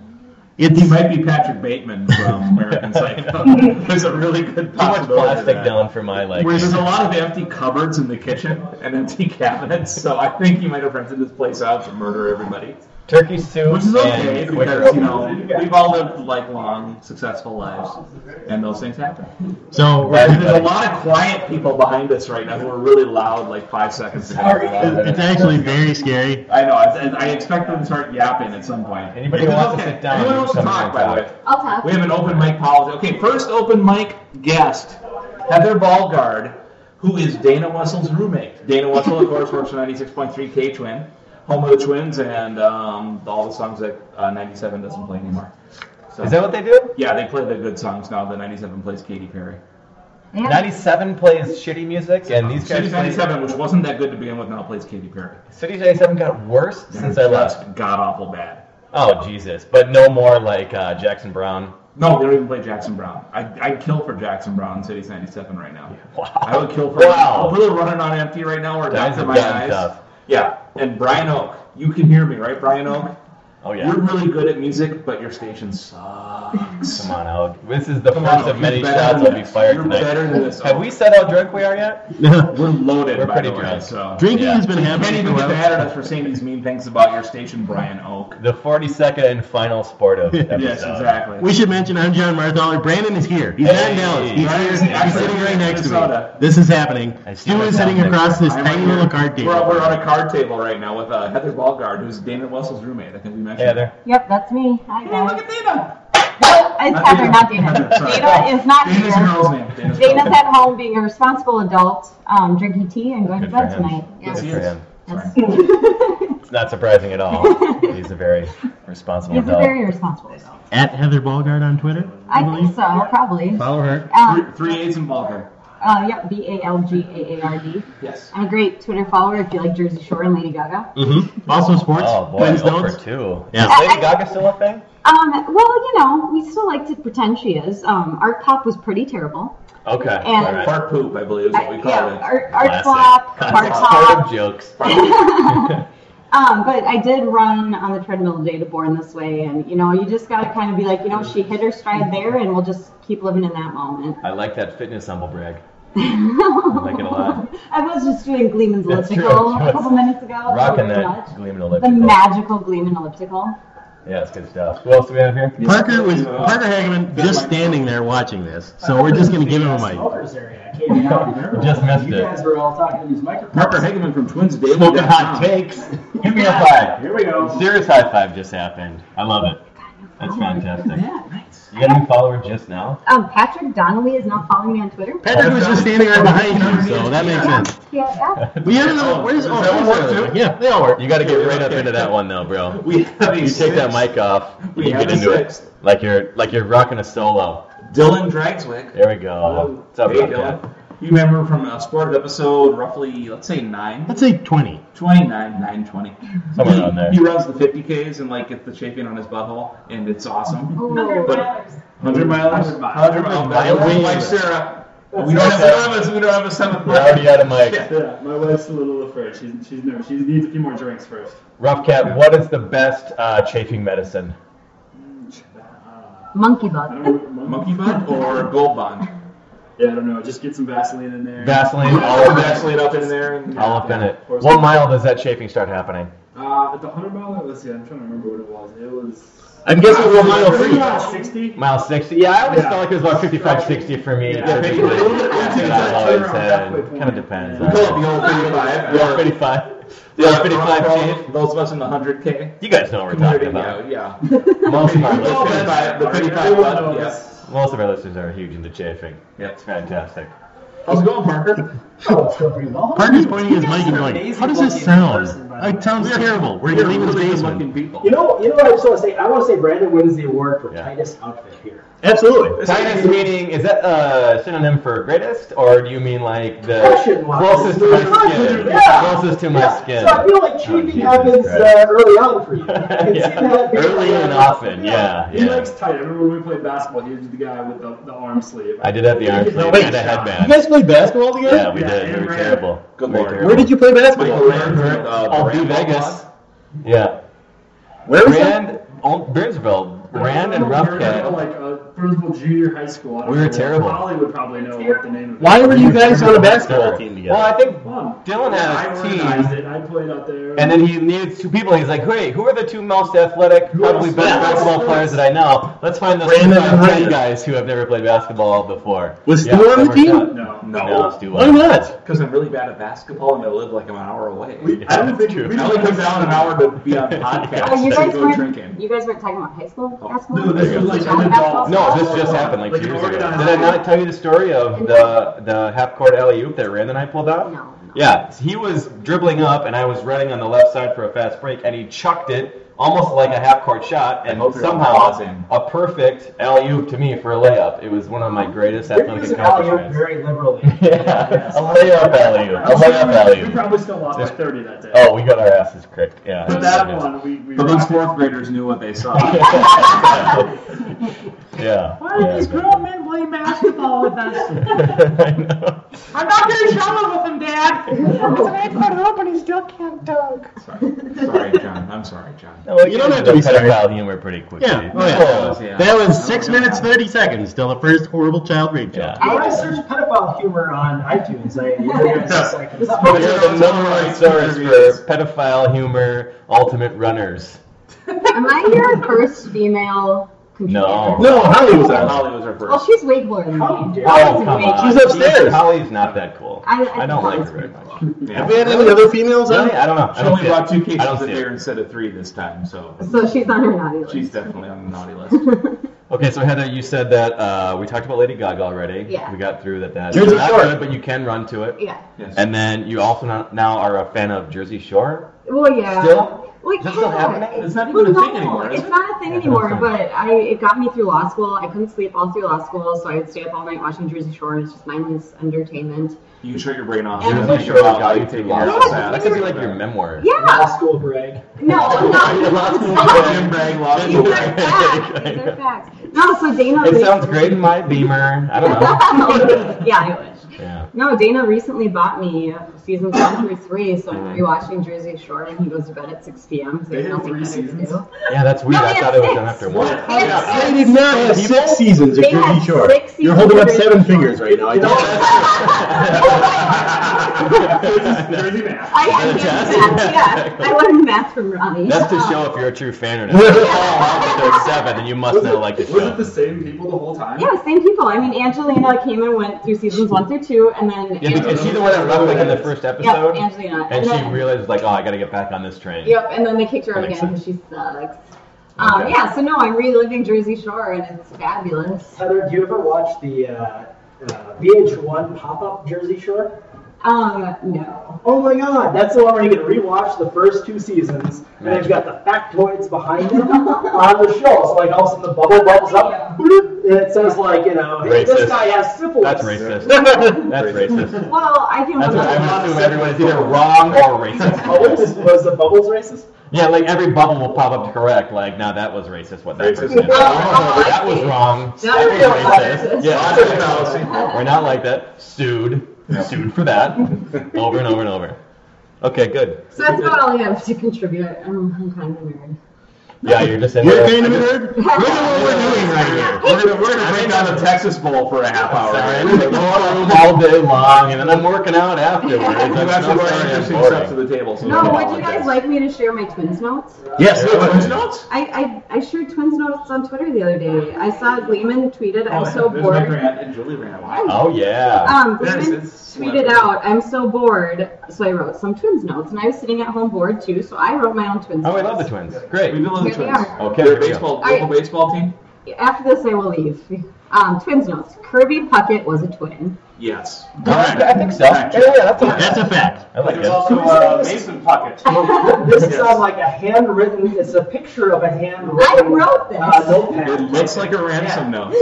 It's He might be Patrick Bateman from American Psycho. There's a really good possibility. of plastic that. down for my liking. There's a lot of empty cupboards in the kitchen and empty cabinets, so I think he might have rented this place out to murder everybody. Turkey soup Which is okay and because you know we've all lived like long, successful lives, and those things happen. so we're And there's a lot of quiet people behind us right now who are really loud, like five seconds ago. it's actually very scary. I know. I, I expect them to start yapping at some point. Anybody who It's wants to sit down, Anyone wants to somebody talk, can by the talk. way. I'll talk. We have an open mic policy. Okay, first open mic guest, Heather Ballgard, who is Dana Wessel's roommate. Dana Wessel, of course, works for 96.3 K Twin, home of the twins, and um, all the songs that uh, 97 doesn't play anymore. So, Is that what they do? Yeah, they play the good songs now that 97 plays Katy Perry. Ninety-seven plays shitty music, and these guys Cities play. 97, which wasn't that good to begin with, now plays Katy Perry. City ninety-seven got worse since I left. God awful bad. Oh Jesus! But no more like uh, Jackson Brown. No, they don't even play Jackson Brown. I I'd kill for Jackson Brown in Cities '97 right now. Wow. I would kill for. Wow. I'm really running on empty right now. Or Times down to have my gotten eyes. tough. Yeah, and Brian Oak. You can hear me, right, Brian Oak? Oh yeah. You're really good at music, but your station sucks. Come on out. This is the Come first on, you're of many better shots than I'll be this. fired You're tonight. better than this. Have we said how drunk we are yet? We're loaded. We're by pretty the way, drunk. So Drinking Yeah. has been You can't happening even for get us. mad at us for saying these mean things about your station, Brian Oak. The forty-second and final sport of episode. Yes, exactly. We should mention I'm John Marthaler. Brandon is here. He's not in Hey. Dallas. He's, Brandon here. is He's actually sitting right in next Minnesota. to me. This is happening. I see Stu is myself sitting next across to this I'm tiny right here. little card table. We're, we're on a card table right now with uh, Heather Ballgard, who's Dana Wessel's roommate. I think we mentioned. Yeah, there. Yep, that's me. Hi, Hey, guys. look at Dana. No, it's Not Heather, Dana. not Dana. Sorry. Dana is not Dana's here. a girl's name. Dana's, a girl's Dana's name. at home being a responsible adult, um, drinking tea and going to Good for bed him. tonight. Good Yes. for him. Yes. It's not surprising at all. He's a very responsible He's a adult. very responsible adult. At Heather Ballgard on Twitter, I, I believe. think so, probably. Follow her. Um, Three A's in Ballgard. uh, yep, B A L G A A R D. Yes. I'm a great Twitter follower if you like Jersey Shore and Lady Gaga. Mm-hmm. Also sports. Oh boy, Twins over notes. two. Yeah. Is Lady Gaga still a thing? Um, well, you know, we still like to pretend she is. Um, art pop was pretty terrible. Okay. And- all right. Fart poop, I believe, is what we call yeah, it. art, art Classic. flop, art Classic pop. Part of jokes. Um, but I did run on the treadmill today to Born This Way, and you know, you just gotta kind of be like, you know, she hit her stride Mm-hmm. there, and we'll just keep living in that moment. I like that fitness humble brag. I like it a lot. I was just doing Gleeman's That's true, elliptical she a was couple minutes ago. so Rocking very that much. gleaming The elliptical. magical Gleeman elliptical. Yeah, it's good stuff. Who else do we have here? Parker was uh, Parker Hageman just standing there watching this, so we're just gonna give him a mic. Just missed You guys it. were all talking to these microphones. Parker Hageman from Twins Daily. Smoking hot takes. Give me a five. Here we go. Serious high five just happened. I love it. Oh, That's fantastic. Yeah, nice. You got a new follower just now? Um, Patrick Donnelly is not following me on Twitter. Patrick was just standing right behind you, so that makes sense. Yeah, yeah. We have another. Where's oh, that here's work the other too? one. Yeah, they all work. You got to get right up into that one though, bro. We have a You take that sixth. mic off and We you have get a into it sixth. like you're like you're rocking a solo. Dylan Dragswick. There we go. What's up, hey, Rock Dylan. Dad? You remember from a sport episode, roughly, let's say 9? Let's say twenty. 29, 920. Somewhere around there. He runs the 50Ks and like gets the shaping on his butthole, and it's awesome. Oh, Ooh. But 100 miles. 100 miles. miles. Like Sarah. We don't have, we don't have, a, we don't have a seventh We're already out of mics. Yeah, my wife's a little afraid. She's she's nervous. She needs a few more drinks first. Rough Cat, what is the best uh, chafing medicine? Monkey I bug. don't know. what- Monkey, Monkey bond or gold bond? Yeah, I don't know. Just get some Vaseline in there. Vaseline, all Or up in Vaseline up in there. And, it. All up in it. Or What mile does that chafing start happening? Uh, at the hundred mile. Let's see. I'm trying to remember what it was. It was. I'm guessing we're mile three. Sixty. Mile 60. Yeah, I always Yeah. felt like it was about 55, 60 for me. Yeah, Yeah, maybe a little bit. kind of depends. Yeah. Pull up the old 35. Yeah, or- 55. Yeah, Yeah, Oh, 55 for all chief. Those of us in the 100K. You guys know what we're talking about. Yeah, yeah. Most of our The listeners, 55, the 55 Everyone button, knows. yes. most of our listeners are huge into chafing. Yep. It's fantastic. How's it going, Parker? Oh, it's going pretty well. Parker's pointing his mic and going, amazing "How does this looking sound? person, by the It sounds terrible. We're You're gonna leave in the really good-looking basement." people. You know, you know what I just want to say. I want to say Brandon wins the award for Yeah. tightest outfit here. Absolutely. Tightest meaning, is that a synonym for greatest, or do you mean like the Fashion wise. closest to my skin? Yeah. Closest to my Yeah, skin. So I feel like Oh, cheating Jesus happens Christ. uh, early on for you. I can see yeah. that being Early like, and uh, often, yeah. He yeah. likes tight. I remember when we played basketball. He was the guy with the, the arm sleeve. I did have the arm sleeve and a You headband. guys play basketball together? Yeah, we Yeah, did. and We were ran. terrible. Good We were lord. terrible. Where did you play Michael basketball? Rand, uh, Oh, Brand Vegas. Bond. Yeah. Where was that? Rand, oh, Burnsville. Rand and Rough Cat. Roughcat. Like uh, Burnsville Junior High School. I don't We were know. terrible. Holly would probably know what the name of it. Why is. were you guys on a basketball team together? Well, I think Fun. Dylan Yeah, I had a team. organized it. I played out there. And then he needed two people. He's like, "Wait, who are the two most athletic, probably else? best Yeah. basketball players that I know? Let's find those Brandon two and five ten Brandon. guys who have never played basketball before." Was Yeah, Stu on that the worked team? no. out. No, Stu Why wasn't. not? Because I'm really bad at basketball and I live like I'm an hour away. We, I don't think True. we I don't only think come down an hour to be on Oh, podcasts you and guys go weren't drinking. you guys weren't talking about high school basketball? No, this There was you like go. an adult. No, this just happened like, Like two an years ago. Did organized- I not tell you the story of the the half court alley oop that Rand and I pulled out? No, no. Yeah, he was dribbling up, and I was running on the left side for a fast break, and he chucked it almost like a half court shot, and hope you're somehow pausing. a perfect alley oop to me for a layup. It was one of my greatest They're athletic using alley accomplishments. very liberally. Yeah, a layup alley oop. A layup alley We oop. probably still lost by Just- 30 that day. Oh, we got our asses kicked. Yeah. But that one, we, we But those rocked it. fourth graders knew what they saw. Yeah. Why do these grown men play basketball with us? I know. I'm not getting trouble with them, Dad. sorry, John. I'm sorry, John. Well, You don't have to be sorry. pedophile humor pretty quickly. Yeah. Oh, Oh, yeah. That was six minutes thirty seconds till the first horrible child rape joke. yeah. I want to search pedophile humor on iTunes. I, you guys just like, But you're the number one source for pedophile humor, ultimate runners. Am I your first female contributor? No. No, Holly was So on. Holly was our Well, first. she's way cooler than me. Oh, dear. I was Oh, come way on. cooler. She's upstairs. Holly's not that cool. I- I think don't like her Holly's very pretty much. Have we had any other females on? Really? I don't know. I She don't only see brought two it. I cases don't in see there it. instead of three this time, so So she's on her naughty list. she's definitely on the naughty list. Okay, so Heather, you said that uh, we talked about Lady Gaga already. Yeah. We got through that. That's Jersey not Shore. good, but you can run to it. yeah. Yes. And then you also no- now are a fan of Jersey Shore. Well, yeah. Still? Like, Is that still yeah. happening? It's not even a Well, thing no, anymore, is It's it? not a thing Yeah, it's anymore, not. but I it got me through law school. I couldn't sleep all through law school, so I'd stay up all night watching Jersey Shore, and it's just mindless entertainment. you shut your brain off. Jersey and think Shore about got how you you through take law your school. ass. That could be like your memoir. Yeah. law school brag. No, I'm not. Jim Bragg law These are school. facts. These are facts. No, so Dana. It sounds great in my Beamer. I don't know. yeah, I wish. Yeah. No, Dana recently bought me seasons one through three, so I'm rewatching Jersey Shore, and he goes to bed at 6 p.m. because They there's had nothing three better to seasons? do. Yeah, that's weird. No, I they have thought it was six. done after one. They have six. They did not have six seasons of They Jersey had Shore. six You're seasons holding of up Jersey seven Shore. fingers right now. I don't- Jersey math. I had to Fantastic. math. Yeah, I uh, learned math from Ronnie. Um, That's to show if you're a true fan or not. If you're all out that there's seven, then you must Was not it, like the was it the show. same people the whole time? Yeah, same people. I mean, Angelina came and went through seasons one through two, and then Yeah, because she's the one that left like in the first episode, Angelina. and she then- realized like, oh, I gotta get back on this train. Yep, and then they kicked her out That makes again because she sucks. Okay. Um, yeah, so no, I'm reliving Jersey Shore, and it's fabulous. Heather, do you ever watch the uh, uh, VH1 pop-up Jersey Shore? Um, no. Oh my God, that's the one where you can rewatch the first two seasons, and Magic. they've got the factoids behind them on the show. So like all of a sudden the bubble bubbles up, bloop, It says like you know, hey, Racist. this guy has syphilis. That's racist. That's racist. Well, I can That's what remember. I would assume everyone is either wrong or racist. Bubbles was the bubbles racist? Yeah, like every bubble will pop up to correct. Like, now that was racist. What that Racist. person did. Oh, I that was see. wrong. Now we that was realize racist. this. Logic Yeah, fallacy. we're not like that. Sued, sued for that, over and over and over. Okay, good. So that's about all I have to contribute. I'm, I'm kind of weird. Yeah, you're just in You're there. kind of a nerd. Look at what we're doing right here. We're gonna we're gonna break down the Texas Bowl for a half hour. right? Sorry, I go on all day long, and then I'm working out afterwards. I'm You so actually brought sorry I'm interesting boring. stuff to the table. So No, would you guys like me to share my twins notes? Yes. Twins notes? I, I, I shared twins notes on Twitter the other day. I saw Gleeman tweeted, I'm so Oh, There's my bored. Grant and Julie Grant. Wow. Oh yeah. Um, Yes, Gleeman it's tweeted clever. out, I'm so bored. So I wrote some twins notes, and I was sitting at home bored too, so I wrote my own twins Oh, we notes. love the twins. We Great. love the Here they twins. are. Okay, They're here a we go. baseball, All local right. baseball team? After this, I will leave. Um, twins notes. Kirby Puckett was a twin. Yes. I think so. Yeah, yeah, that's a, That's a fact. I like There's it. also uh, Mason Puckett. This is on like a handwritten. It's a picture of a handwritten. I wrote this. Uh, notepad. It looks like a ransom note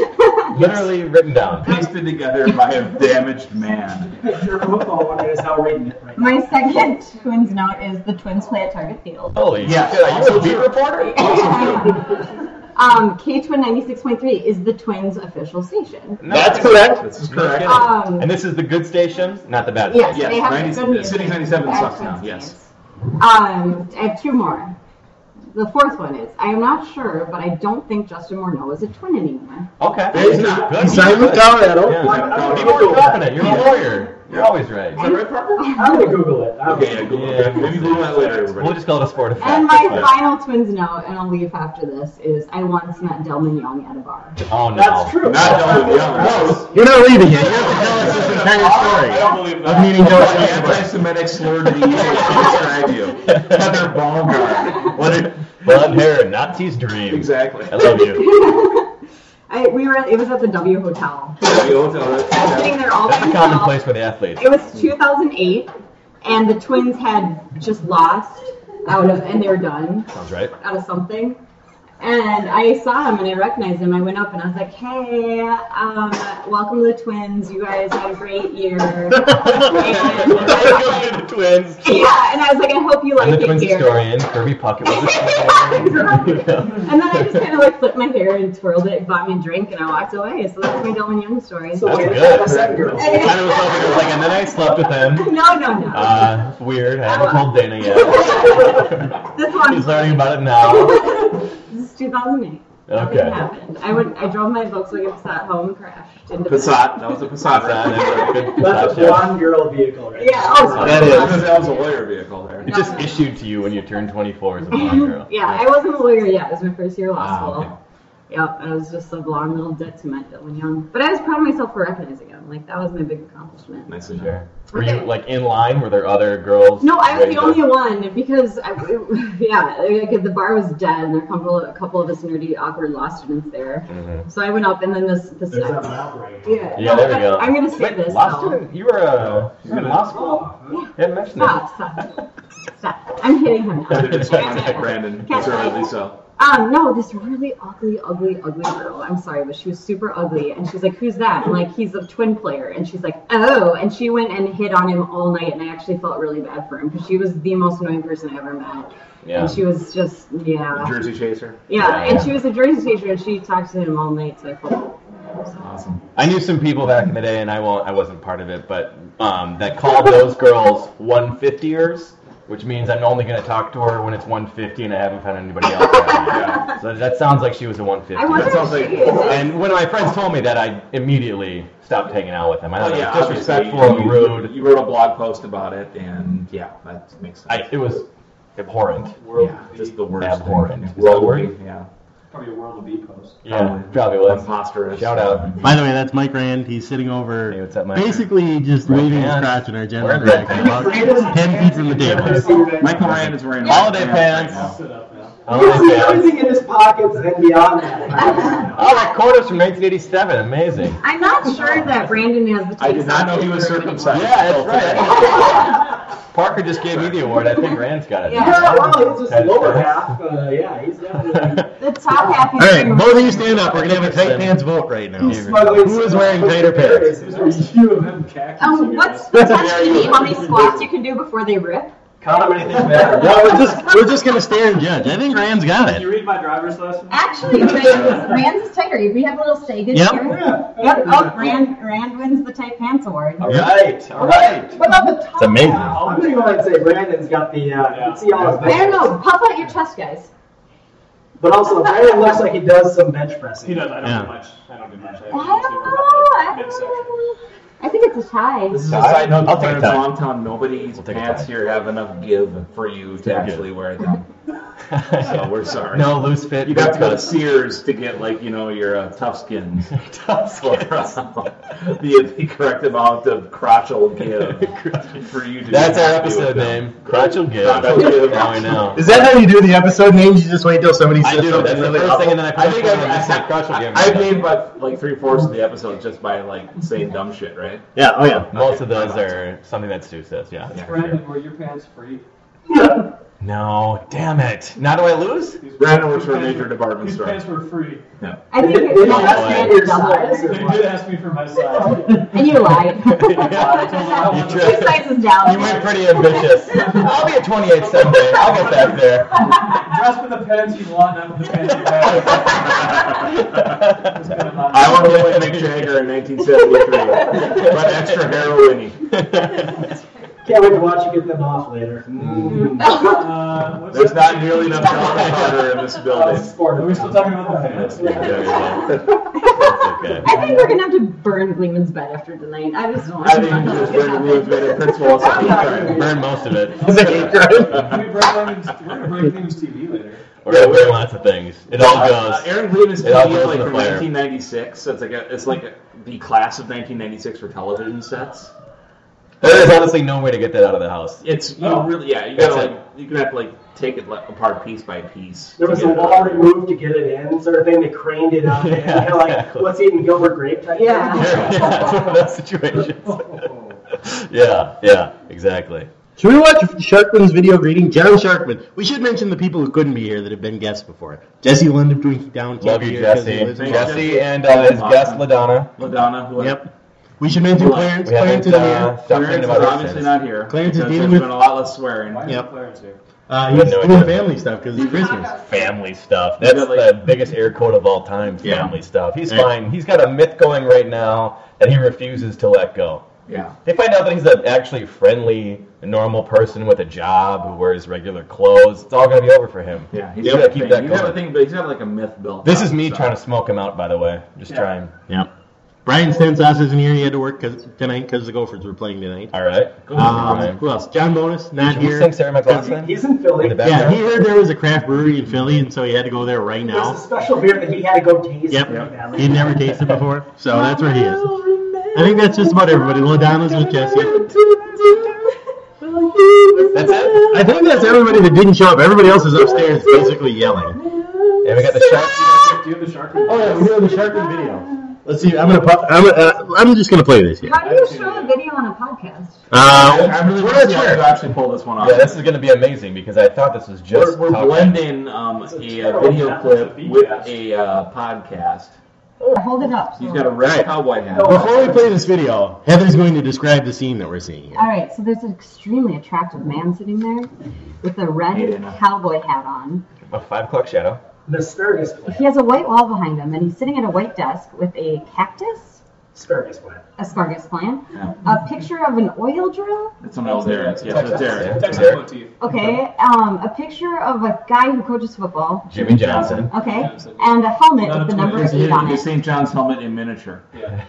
Literally written down. pasted together by a damaged man. Your football one is now reading it right now. My second twins note is the twins play at Target Field. Holy Yes. shit! Are you a beat reporter? Um, K twin ninety six point three is the twins official station. No, That's this is- correct. This is correct. Um, and this is the good station, not the bad Yes, station. they have 90 good music. City 97 sucks Excellent now, yes. bands. Um, I have two more. The fourth one is I am not sure, but I don't think Justin Morneau is a twin anymore. Okay. There's not. Good. Simon Colorado. Yeah. What? I'm Be gonna more Google it. confident. You're a lawyer. You're always right. I'm gonna Google it. I'm Okay, yeah, Google Yeah. that. Maybe Google that later, We'll everybody. just call it a sport effect. And my But- final twins note, and I'll leave after this, is I once met Delman Young at a bar. Oh no. That's true. Not Delvin Young. You're not leaving it. You have to tell us this entire story believe of meeting What an Joe anti-Semitic slur to the year describe you. Heather Baumgart. What a, Blonde hair, Nazi's dream. exactly. I love you. I we were at, it was at the W Hotel. I was sitting That's there all That's by a myself. common place for the athletes. It was 2008, and the twins had just lost out of, and they were done. Sounds right. out of something. And I saw him and I recognized him. I went up and I was like, hey, um, welcome to the twins. You guys had a great year. and I was like, the twins. yeah, and I was like, I hope you I'm like the it twins here. historian. Kirby Puckett was Yeah, exactly. a twin. And then I just kind of like flipped my hair and twirled it, bought me a drink, and I walked away. So that's my Dylan Young story. So wait, good. that's second girl. kind of was hoping it was like, and then I slept with him. no, no, no. Uh, it's weird. I haven't told Dana yet. this one He's learning about it Oh, now. this is 2008. It Okay. happened. I went. I drove my Volkswagen Passat home and crashed into Passat. That was a Passat. Passat is a right? good That's a Passat, yeah. blonde girl vehicle, right? Yeah. Oh, That That that was a lawyer vehicle there. Uh, It just issued to you when you turn 24 as a blonde girl. Yeah, I wasn't a lawyer yet. It was my first year of law Ah, school. okay. Yep, I was just a blonde little dit to my Dylan Young. But I was proud of myself for recognizing him. Like, that was my big accomplishment. Nicely done. Sure. Were you like in line? Were there other girls? No, I was ready the to- only one because, I, yeah, like, the bar was dead and there were a couple of, a couple of us nerdy, awkward law students there. Mm-hmm. So I went up and then this. this There's that map right now. yeah, Yeah, no, there we but go. I'm going to say Wait, this. Law though. student? You were uh, you were in law school? Oh. You hadn't mentioned that. Stop, stop. Stop. I'm hitting him now. It's Okay. Brandon, deservedly so. Um, no, this really ugly, ugly, ugly girl. I'm sorry, but she was super ugly. And she's like, Who's that? And like, he's a twin player. And she's like, Oh. And she went and hit on him all night. And I actually felt really bad for him because she was the most annoying person I ever met. Yeah. And she was just, yeah. Yeah. Jersey Chaser. And she was a Jersey teacher and she talked to him all night. So I felt. Awesome. I knew some people back in the day, and I won't. I wasn't part of it, but um, that called those girls 150ers, which means I'm only going to talk to her when it's 150, and I haven't found anybody else. yeah. So that sounds like she was a I 150. wonder That sounds if she like- is. And when my friends told me that, I immediately stopped hanging out with them. I thought it was Oh, obviously, disrespectful you- and rude. You wrote a blog post about it, and yeah, that makes sense. I, it was abhorrent. yeah, just the worst. Abhorrent. thing. Is that a word? Yeah. Probably a world of epos. Yeah, probably was. Preposterous. Shout out. By the way, that's Mike Rand. He's sitting Hey, over, what's up, Mike? basically just Right leaving his hand. crotch in our general Where's direction, Rand? about ten feet from the table. Michael Rand is wearing Holiday pants right pants. now. Sit up now. Oh, He's yeah. losing in his pockets and then beyond that. Oh, that quarter's from 1987. Amazing. I'm not sure that Brandon has the taste. I did not know he was circumcised. Yeah, until that's today. Parker just gave me the award. I think Rand's got it. Yeah. Yeah, well, he's just That's lower fair. half. Uh, yeah, he's definitely The top half is All right, pretty both of you stand up. We're gonna have a tight pants vote right now. smuggling. Who is wearing tighter pants? pants? You of him khakis. Um, what's the test to be how many squats you can do before they rip? Count how many things matter. No, we're just we're just gonna stare and judge. I think Rand's got Can you it. read my driver's license? Actually, Rand's, Rand's is tighter. We have a little Sagan Yep. here. Yep. Oh, Rand, Rand wins the tight pants award. All right. All right. What about the top? It's amazing. I'm gonna go ahead and say Brandon's got the. Uh, you can see all his I don't bench know. Puff out your chest, guys. But also, Brandon looks like he does some bench He pressing. does. I don't Yeah. do much. I don't do much. I I don't know. I don't know. I think it's a tie. This is a All right, side note. I'll take a Clarence tie. Longtown, nobody's take a pants tie. here have enough give for you to Take a actually wear them. so we're sorry. No loose fit. You'd have to go to Sears to get like you know your uh, tough skins or uh, the, the correct amount of crotchal give for you to. That's be our happy with episode them. name. Crotch will give. Crotch will give. Now we know. Is that how you do the episode names? You just wait till somebody I says do. something That's the really first thing, and then I put I think up one and I, you say Crotch will give. I, I made about like three fourths of the episode just by like saying dumb shit, right? Yeah. Oh yeah. Most of those are something that Stu says. Yeah. for sure. Brandon, were your pants free? No. Damn it. Now do I lose? Brandon works for a major department These store. pants were free. I think Did it's did he not ask a you your size? double. Or They did ask me for my size. And you lied. You Two tried. sizes down. You went pretty ambitious. I'll be a 28 someday. I'll get back there. Dress with the pants you want, not with the pants you have. I want to look like Mick Jagger in 1973, but extra heroiny. Can't wait to watch you get them off later. Uh, what's There's that? not nearly enough toilet paper in this Uh, building. sport. Are we still talking about the pants? Yeah, there you go. That's okay. I think we're gonna have to burn Gleeman's bed after tonight. I was. I think you just went and moved it in principal also. Sorry. Burn most of it. Is that hate crime? We break Lemon's, we're gonna break Lemon's TV later. Or yeah, burn lots of things. It all Uh, goes. Aaron Gleeman's It all TV is goes in like the from fire. 1996. So it's like a, it's like a, the class of 1996 for television sets. There is honestly no way to get that out of the house. It's you Oh. really yeah. You gotta That's it. like you gonna have to like take it like, apart piece by piece. There to was a get it out. wall removed to get it in, sort of thing. They craned it up. and Yeah, kind of like, exactly. what's eating Gilbert Grape? Type Yeah. thing. Yeah, it's one of those situations. yeah, yeah, exactly. Should we watch Sharkman's video greeting? John Sharkman. We should mention the people who couldn't be here that have been guests before. Jesse Lind of Twinkie Down. can't Love be you, here 'cause he Jesse. lives in Jesse. Boston. Jesse and uh, his guest, LaDonna. LaDonna, who Yep. We should mention Clarence. We haven't Clarence is uh, here. stopped thinking Clarence is about it obviously since. not here. Clarence is because dealing there's with- been a lot less swearing. Why is Yep. Clarence here? Uh, he's no doing idea. family stuff because it's Christmas. family stuff. That's Yeah, like- the biggest air quote of all time. Yeah. Family stuff. He's Yeah. fine. He's got a myth going right now that he refuses to let go. Yeah. They find out that he's an actually friendly, normal person with a job who wears regular clothes. It's all gonna be over for him. Yeah, he's he's got gotta a keep thing. that He's got a going. thing, but he's got like a myth built. This up, is me so. trying to smoke him out, by the way. Just Yeah. trying. Yep. Brian Stensas isn't here. He had to work 'cause- tonight because the Gophers were playing tonight. All right. Um, Brian. who else? John Bonus, not Should we here. sing Sarah McLaughlin? He's in Philly. in the Yeah, background. he heard there was a craft brewery in Philly, and so he had to go there right There's a now. special beer that he had to go taste. Yep. really badly. He'd never tasted before, so that's where he is. I think that's just about everybody. LaDonna's with Jesse. That's it. I think that's everybody that didn't show up. Everybody else is upstairs basically yelling. And we got the shark. Do you have the shark? Oh, yeah, we have the Sharpton Um, video. Let's see. I'm gonna. Pop, I'm, uh, I'm just gonna play this here. How do you show a video on a podcast? Uh, I'm really We're not glad sure. you actually pull this one off. Yeah, this is gonna be amazing because I thought this was we're just. we're how- blending um, a, uh video clip with a uh, podcast. Oh, Hold it up. He's got a red Right. cowboy hat. before we play this video, Heather's going to describe the scene that we're seeing All here. right, so there's an extremely attractive man sitting there with a red Hey, Dana. cowboy hat on. A five o'clock shadow. The asparagus plant. He has a white wall behind him, and he's sitting at a white desk with a cactus, Asparagus plant. asparagus plant, Yeah. a picture of an oil drill, That's something else there. Yes, Texas. it's there. Texas. Texas motif. okay, um, a picture of a guy who coaches football, Jimmy Johnson. okay, and a helmet with the number It's eight on the it. St. John's helmet in miniature.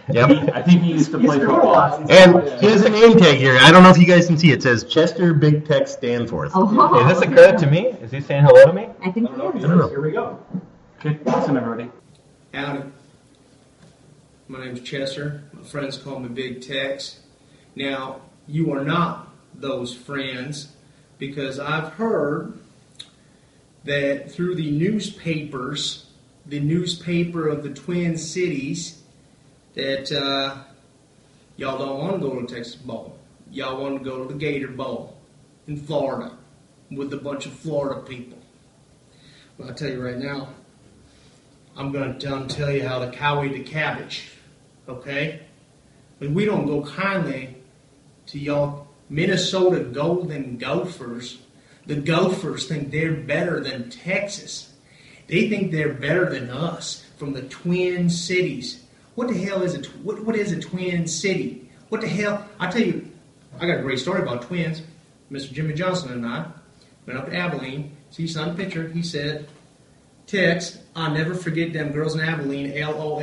Yep. I think he used to He's play brutalized. football. He's And brutalized. he has a name tag here. I don't know if you guys can see. It says Chester Big Tech Stanforth. Oh, Is this a credit to me? Is he saying hello to me? I think he is. Here we go. Okay, listen, everybody. Howdy. My name's Chester. My friends call me Big Tex. Now, you are not those friends because I've heard that through the newspapers, the newspaper of the Twin Cities, that uh, y'all don't want to go to the Texas Bowl. Y'all want to go to the Gator Bowl in Florida with a bunch of Florida people. Well, I tell you right now, I'm going to tell you how to cow ate the cabbage, okay? But we don't go kindly to y'all Minnesota Golden Gophers. The Gophers think they're better than Texas. They think they're better than us from the Twin Cities. What the hell is a tw- what, what is a Twin City? What the hell? I tell you, I got a great story about twins. Mr. Jimmy Johnson and I went up to Abilene. See, son, picture. He said, "Text, I'll never forget them girls in Abilene." LOL.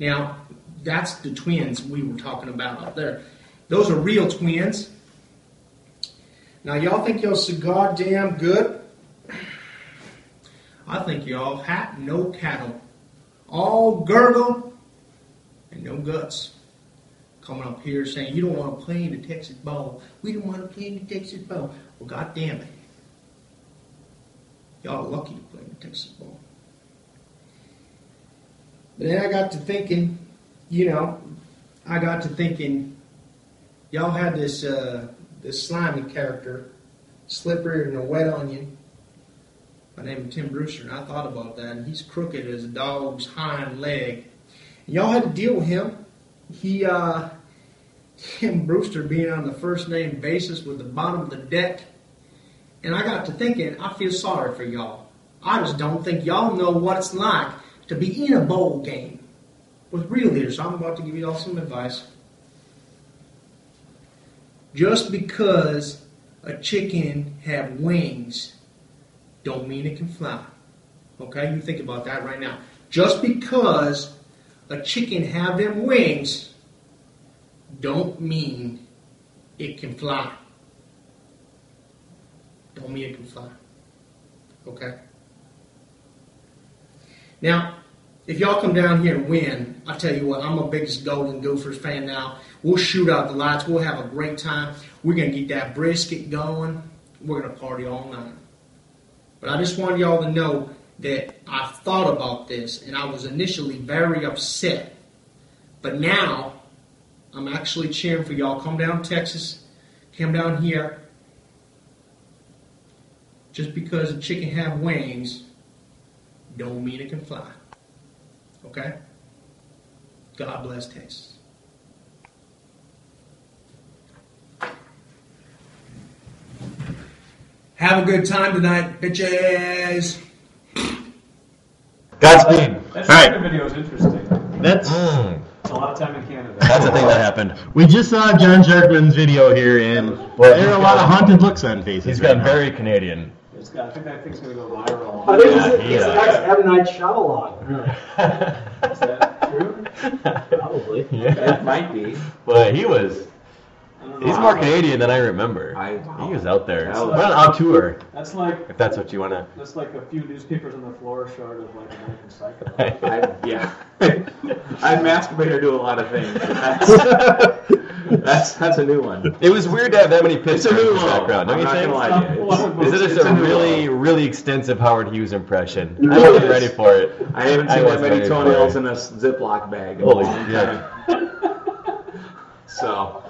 Now, that's the twins we were talking about up there. Those are real twins. Now, y'all think y'all so goddamn good? I think y'all hat no cattle, all gurgle, and no guts. Coming up here saying you don't want to play in the Texas Bowl. We don't want to play in the Texas Bowl. Well, goddamn it. Y'all are lucky to play in the Texas Bowl. But then I got to thinking, you know, I got to thinking, y'all had this uh, this slimy character, slipperier than a wet onion. My name is Tim Brewster, and I thought about that, and he's crooked as a dog's hind leg. And y'all had to deal with him. He, uh, Tim Brewster, being on the first name basis with the bottom of the deck. And I got to thinking, I feel sorry for y'all. I just don't think y'all know what it's like to be in a bowl game with real leaders. So I'm about to give you all some advice. Just because a chicken have wings don't mean it can fly. Okay, you think about that right now. Just because a chicken have them wings don't mean it can fly. Don't mean it can fly. Okay? Now, if y'all come down here and win, I tell you what, I'm a biggest Golden Gophers fan now. We'll shoot out the lights. We'll have a great time. We're going to get that brisket going. We're going to party all night. But I just wanted y'all to know that I thought about this and I was initially very upset. But now I'm actually cheering for y'all. Come down to Texas, come down here. Just because a chicken have wings don't mean it can fly. Okay? God bless Texas. Have a good time tonight, bitches. Godspeed. That's All right. video is interesting. That's Mm, It's a lot of time in Canada. that's a thing that happened. we just saw John Jerkman's video here, and Well, there are a he's lot of got- haunted looks on faces. He's right got now. very Canadian. It's got, I think that thing's going to go viral. Oh, this is Yeah, it's yeah. the next M. Night Shyamalan. Is that true? Probably. That yeah. might be. But he was. He's more Canadian than I remember. I- He was out there. Wow. What an auteur, That's like if that's what you want to. that's like a few newspapers on the floor short of like American Psycho. I- yeah. I masturbate or do a lot of things. That's, that's that's a new one. It was weird to have that many pictures a new in the low. background, don't I'm you not think? gonna lie to you. It's- Is it it's just a a new really, low. really extensive Howard Hughes impression? I It wasn't is. ready for it. I haven't I seen that wasn't many ready for toenails it. in a Ziploc bag. in a Holy long time. shit. So,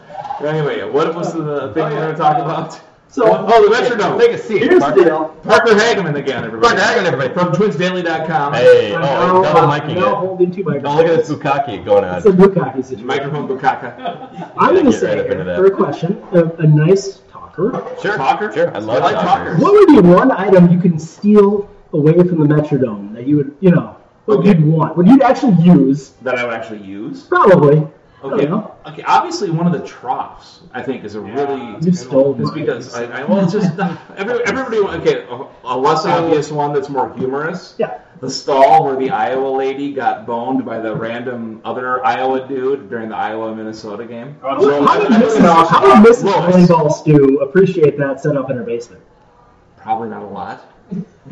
anyway, what was the thing we we're going to talk about? So- oh, the metronome. Take a seat. Here's Parker, the deal. Parker Hageman again, everybody. Parker Hageman, everybody. From twinsdaily.com. Hey, oh, now, double uh, miking now it. holding two Oh, look at microphones. this bukkake going on. It's a Bukaki situation. Microphone Bukaka. I'm Yeah, going to get say, right up into that. for a question, a, a nice talker. Sure. Talker? Sure. I love I like talkers. talkers. What would be one item you can steal away from the Metrodome that you would, you know, what Okay. you'd want, what you'd actually use? that I would actually use. Probably. I Okay. don't know. Okay. Obviously, one of the troughs I think is a really You stole It's mine. because I, I well, it's just every, everybody. Okay, a, a less obvious one that's more humorous. Yeah. The stall where the Iowa lady got boned by the random other Iowa dude during the Iowa Minnesota game. How, Oh, how did I- I don't know. Mrs. How did Mrs. Lois. Volleyball Stew appreciate that setup in her basement? Probably not a lot.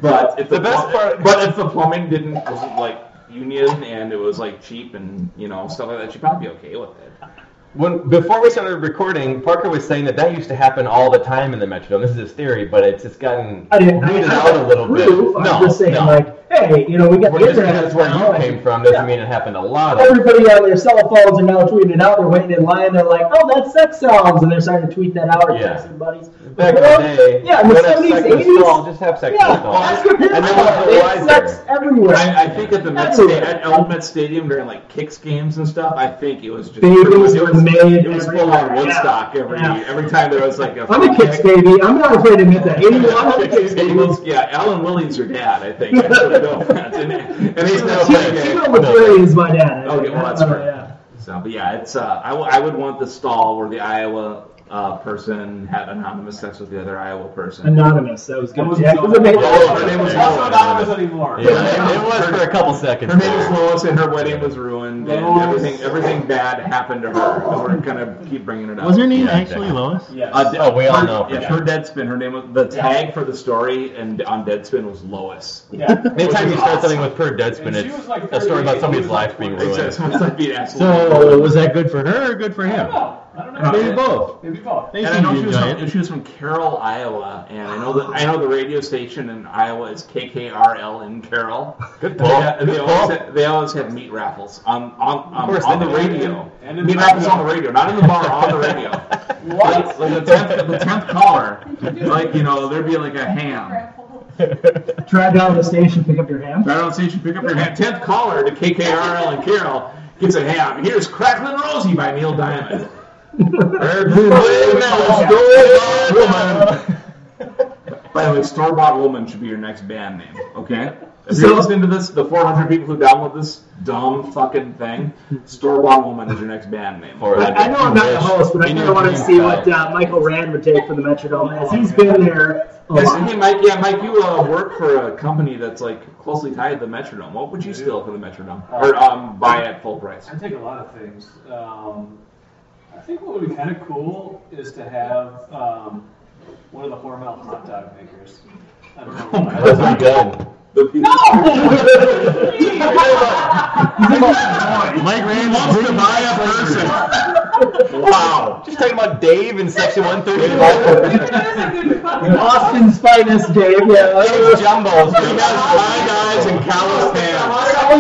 But if the, The best pl- part- but if the plumbing didn't wasn't like union and it was like cheap and you know stuff like that, she'd probably be okay with it. when before we started recording, Parker was saying that that used to happen all the time in the Metrodome. This is his theory, but it's just gotten I didn't I rooted didn't out a little bit. prove, I'm No, just saying, no. like, hey, you know, we got Well, the just internet. because where now, you and came from doesn't Yeah. mean it happened a lot. Of, Everybody on their cell phones are now tweeting it out. They're waiting in line. They're like, "Oh, that's sex songs," and they're starting to tweet that out or Yeah. text their buddies. back in Well, the day, yeah, in the what if seventies, sex was eighties. small, just have sex Yeah, with dolls. ask your And parents. then what's the They lie have sex there? everywhere. I, I think at the Met Sta- at Old Met Stadium during like kicks games and stuff, I think it was just Babies it was, it were was, made it was full everywhere. on Woodstock Yeah. every Yeah. every time there was like a. I'm a kicks baby. I'm not afraid to admit that. Eighty-one, I'm a kicks It baby. was- yeah, Alan Willie's your dad, I think. I don't know. and, and he's now playing. Tito McCleary is my dad. Okay, Oh, well that's Uh, fair. yeah. So, but yeah, it's uh, I, w- I would want the stall where the Iowa uh, person had anonymous sex with the other Iowa person. Anonymous. That was good. That was Yeah, it was amazing. Oh, her name was That's not Lois. anonymous anymore. Yeah, it, it was for a couple seconds. Her name there. was Lois, and her wedding was ruined, and Lois. everything everything bad happened to her. So we're gonna keep bringing it up. Was her name Yeah, actually exactly. Lois? Yes. Uh, De- Oh, we all her, know for yeah, sure. her Deadspin. Her name was the tag for the story, and on Deadspin was Lois. yeah. Anytime you start something with per And Deadspin, she it's was like a 38, story about somebody's he was like life being 40. ruined. Exactly. It's like being absolutely. So was that good for her or good for him? No, I don't know. Maybe both. Maybe both. They And I seem know to she was, enjoy from, it. she was from Carroll, Iowa, and I know that I know the radio station in Iowa is KKRL in Carroll. Good call. They, Good always call. have, they always have meat raffles on on, on, course on they the do. radio. And in meat the raffles bar. on the radio, not in the bar, on the radio. Like, What? like the tenth, the tenth caller, like you know, there'd be like a ham. Drive down to the station, pick up your ham. Right on station, pick up your ham. Tenth caller to KKRL in Carroll gets a ham. Here's Cracklin' Rosie by Neil Diamond. By the way, Store Bought Woman should be your next band name, okay? If you're So- listening to this, the 400 people who download this dumb fucking thing, Store Bought Woman is your next band name. Or- I, I know I'm not the host, but I You kind know of want to you see can what tell. uh, Michael Rand would take for the Metrodome, as he's been there a Yes, hey, lot. Mike, yeah, Mike, you uh, work for a company that's like closely tied to the Metronome. What would you steal for the Metronome? Uh, Or um, buy at full price? I take a lot of things. Um, I think what would be kind of cool is to have um, one of the Hormel hot dog makers. I don't know why. That's my gun. The people. Mike Rand to buy a person. Wow. Just talking about Dave in section 135. Austin's finest, Dave. Yeah. Dave's jumbles. You guys fly guys and callous hands. If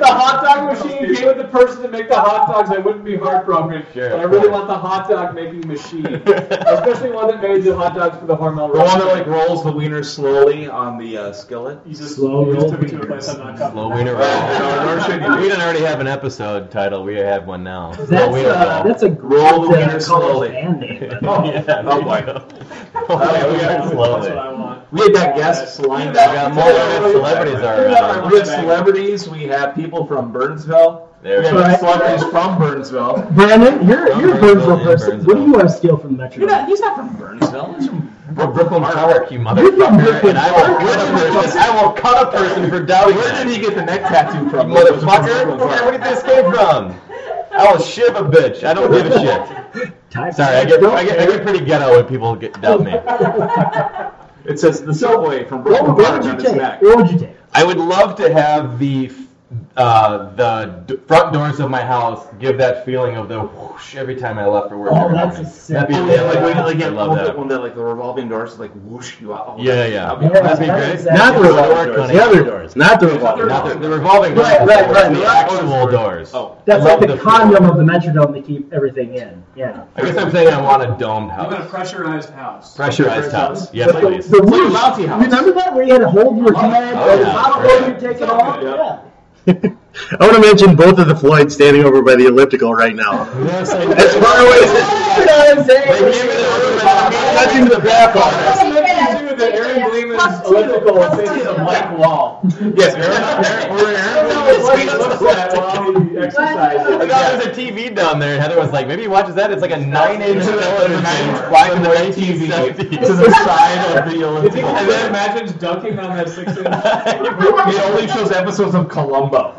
the hot dog machine came with the person to make the hot dogs, I wouldn't be heartbroken. Sure, but I of really course. want the hot dog making machine, especially one that made the hot dogs for the Hormel. The one that restaurant. like rolls the wiener slowly on the uh, skillet. you just, Slow you just roll took it to a wieners. place I'm not comfortable. Slow wiener roll. No, nor should you. We didn't already have an episode title. We have one now. Slow That's, wiener uh, roll. that's a great Roll the uh, wieners college slowly. band name. yeah, there oh you boy. go. Oh, Slow wiener That's what slowly. I want. We had that guest We lined We up. got more than celebrities are around. We have celebrities. We have people from Burnsville. There we we have go. celebrities from Burnsville. Brandon, you're From you're a Burnsville Burnsville and person. What do Burnsville. you want to steal from the Metrodome? You're not, he's not from Burnsville. He's from From Brooklyn Park, you motherfucker. And I will cut a person. I will cut a person for doubting Where that. did he get the neck tattoo from? motherfucker! Where did this came from? I will shiv a bitch. I don't give a shit. Time for Sorry, I get, Metrodome. I get, I get pretty ghetto when people get doubt me. It says the subway from What Brooklyn would- Park what would on you his take? neck. What would you take? I would love to have the uh, the d- front doors of my house give that feeling of the whoosh every time I left for work. Oh, every that's morning. a sick That'd be one. Yeah, like sick. when like I yeah, love one that. that when the like the revolving doors like whoosh you out. Yeah, yeah. That'd be- That'd be Yeah, great. exactly. Not the Those revolving doors, doors. honey. The other doors, not the revolving. Not the, the revolving Right, doors, right, right. The actual doors. Oh, That's I like love the the- condom of the Metrodome to keep everything in. Yeah. I guess I'm saying I want a domed I want a house. pressurized house. Pressurized house. Yes, But the, please. the like a whoosh- bouncy house. Remember that where you had a hold your hand Oh, or the yeah. bottle Right. you take it off? Yeah. Yeah. I want to mention both of the Floyds standing over by the elliptical right now. Yes, I As do. far away as they You know what I'm They give saying? me the room and I'm touching the back on it. Elliptical face a blank wall. Yes, Aaron. Aaron, I thought there was a TV down there. and Heather was like, maybe he watches that. It's like a nine-inch television black and white TV to the side of the Is he Olympic. can And you then imagine dunking on that six inch? it only shows episodes of Columbo.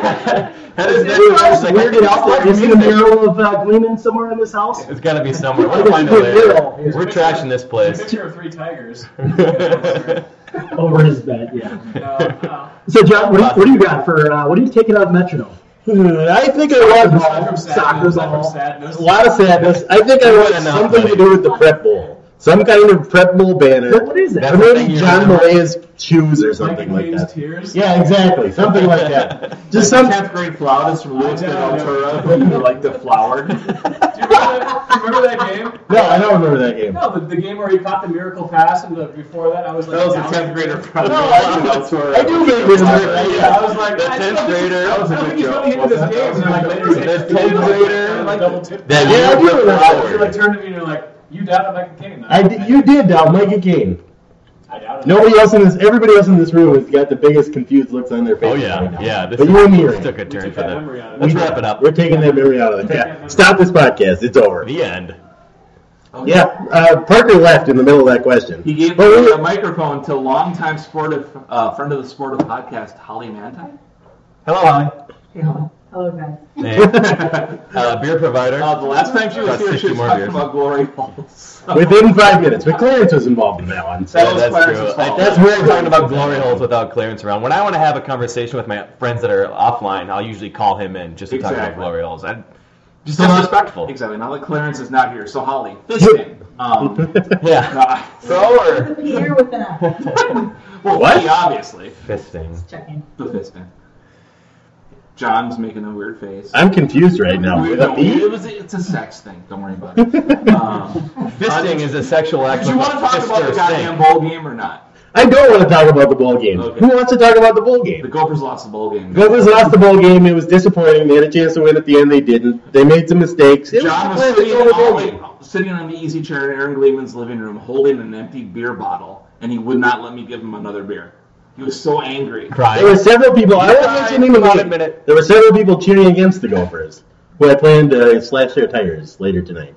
Heather's This next is was like, weirded out like, that you see a mural of uh, Gleeman somewhere in this house? It's gotta be somewhere. We'll find it later. We're trashing this place. Picture of three tigers. Over his bed, yeah. No, no. So, John, what do you, what do you got for, uh, what are you taking out of Metrodome? Hmm, I think I Aside from want sadness, soccer aside from ball. sadness. A lot of sadness. I think I want something to do with the Prep Bowl. Some kind of prep bowl banner. What is it? Or maybe John Malaya's shoes or something like James that. tears. Yeah, exactly. Something like that. Just some. Tenth grade flautist from Lewiston, I know. Altura, who like the flowered. Do you remember that, do you remember that game? No, I don't remember that game. No, the, the game where he caught the miracle pass, and the, before that, I was like, That was a down. tenth grader from No, I do- I do remember that. Yeah, I was like, That I tenth don't think- I grader, that was a don't good think he's joke. really into this Wasn't game. And I'm like, later, he's That like, tenth "Dude, grader, I like double tip. That Yeah, I year do remember with that. You like flowers. turned to me and you're like, you doubted Michael Caine. I d- you did doubt Mike Kane. I doubted. him. Nobody else in this, everybody else in this room has got the biggest confused looks on their face. Oh yeah, yeah. This, But you and me are this in. took a turn took for that the. memory out of it. Let's We wrap it up. We're taking that memory out of it. Yeah. memory. Stop this podcast. It's over. The end. Yeah, uh, Parker left in the middle of that question. He gave But the we- microphone to longtime sportive uh, friend of the sportive podcast, Holly Manti. Hello, Holly. Hello, guys. Hey. uh, beer provider. Uh, the last time she was Got here, she 60 was more talking beers. about glory holes. within five minutes, but Clarence was involved in that one. So was that's Clarence's true. fault. I, that's weird talking about glory holes without Clarence around. When I want to have a conversation with my friends that are offline, I'll usually call him in just to talk Exactly. about glory holes. I, just Just- disrespectful. Exactly. Now that Clarence is not here, so Holly, fisting. Um, Yeah. uh, Throw or Here with an well, What? he obviously, fisting. check-in. the fisting. John's making a weird face. I'm confused right now. Weird- With a no, B? it was, it's a sex thing. Don't worry about it. Um, Fisting is a sexual act. did you with want a to talk fist about or the a goddamn sting. bowl game or not? I don't want to talk about the bowl game. Okay. Who wants to talk about the bowl The game? Gophers lost the bowl game. Gophers lost the bowl game. It was disappointing. They had a chance to win at the end. They didn't. They made some mistakes. It John a was classic sitting, Gophers all bowl game. the- sitting on the easy chair in Aaron Gleeman's living room holding an empty beer bottle, and he would not let me give him another beer. He was so angry. There were Crying. several people. I All was right, mentioning the hold on a name. minute. There were several people cheering against the Gophers, who I plan to slash their tires later tonight,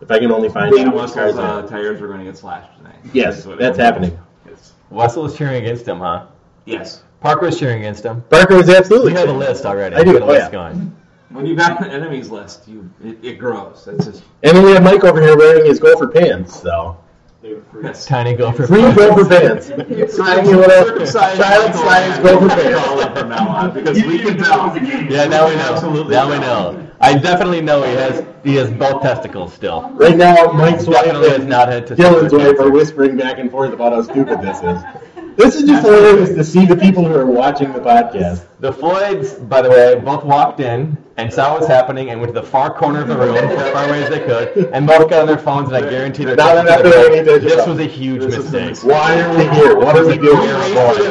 if I can only find Dana out which Wessel's cars uh, are. tires were going to get slashed tonight. Yes, what it that's was. happening. Yes. Wessel was cheering against him, huh? Yes. Parker was cheering against him. Parker was absolutely. We have a list already. I do, We have a oh, list yeah. going. When you got an enemies list, you it, it grows. That's just And then we have Mike over here wearing his gopher pants, so. They were free. yes. Tiny gopher. Free gopher pants. Tiny little Circumcised child Michael sized Mann. gopher Call pants. it from now on because we can tell. Yeah, now we know. Absolutely. Now we know. I definitely know he has he has both testicles still. Right now, Mike's wife Definitely has and not had Dylan's testicles. wife are whispering back and forth about how stupid this is. This is just hilarious to see the people who are watching the podcast. The Floyds, by the way, both walked in and saw what was happening and went to the far corner of the room, as far away as they could, and both got on their phones. And I guarantee they're Now they're not texting doing any their- digital. This was a huge mistake. Why are we here? What are we doing? We wasted a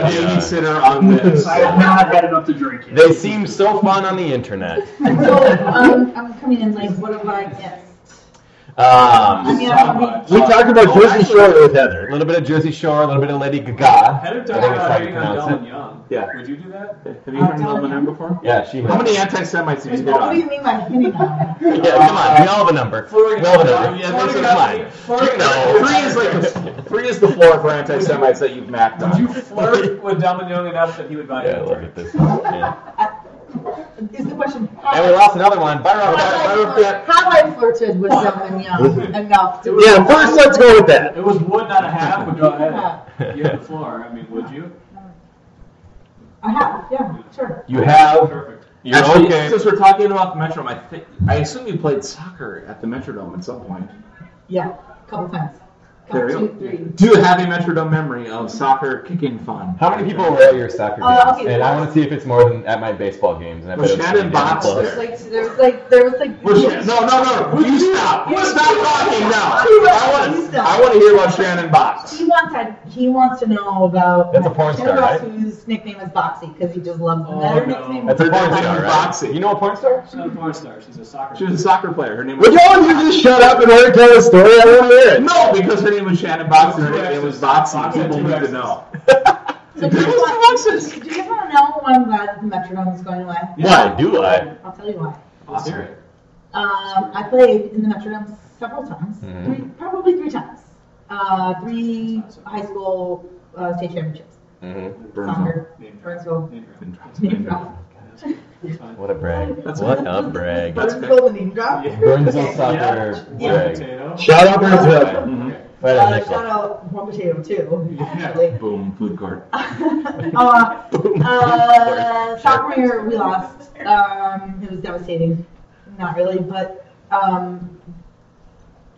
babysitter on this. I have not had enough to drink yet. They seem so fun on the internet. So, um, I'm coming in late. What have I missed? I Um, mean, I'm reading. We talked about Jersey Shore with oh, a Heather. little bit of Jersey Shore, a little bit of Lady Gaga. I Heather think talked that's about how you hating on pronounce Dylan it. Young. Yeah. Would you do that? Have you heard of Lebanon before? Yeah, she. How many anti-Semites have you hit What do you on? mean by hitting on it? Yeah, come on. We all have a number. We all have a number. Yeah, Florida this is got- mine. Florida You got- know. Three is like the, three is the floor for anti-Semites that you've mapped Would you on. flirt with Dylan Young enough that he would buy Yeah, I you a love drink? it. This. Yeah. Is the question. And we lost another one. Bye, Robert. Bye, Robert. Have I flirted with someone young enough to? Yeah, first let's go with that. It was wood, not a half, but go ahead. Yeah, You hit the floor. I mean, would you? I have. Yeah, sure. You have. Perfect. You're Actually, okay. Since we're talking about the Metrodome, I think I assume you played soccer at the Metrodome at some point. Yeah, a couple times. There Couple, you two, three. Do you have a Metrodome memory of soccer kicking fun? How many people were at your soccer games? Uh, okay. and I want to see if it's more than at my baseball games. And I Was bet it's Shannon pretty damn Box close. there? Like there was like there was like. Well, Shan- no, no, no! You stop! You stop talking now! I want to. I want to hear about Shannon Box. He wants to, he wants to know about That's a porn Ken star, Ross, right? whose nickname is Boxy because he just loves him. Oh, That her no. nickname That's a porn Shannon star, right? Boxing. You know a porn star? She's not a porn star. She's a soccer. She was a soccer player. Her name was. Would y'all you just shut up and let her tell a story? I want to hear it. No, because her name was Shannon Box and her nickname was Boxing. Boxing, People two need to X's. know. So do you want do you want to know why I'm glad that the Metrodome is going away? Why do I? I'll tell you why. Let's hear it. Um, I played in the Metrodome several times, Mm-hmm. three, probably three times. Uh, three high school uh, state championships. Mm-hmm. Soccer, Name drop. Burnsville, Name drop. name drop. What a brag. What a brag. Burnsville, the name drop. Burnsville Okay. soccer Yeah. brag. Potato. Shout out Burnsville. Okay. Right on uh, nickel. shout out One Potato too. Actually. Boom, food court. uh, uh, sophomore year, we lost. Um, it was devastating. Not really, but um,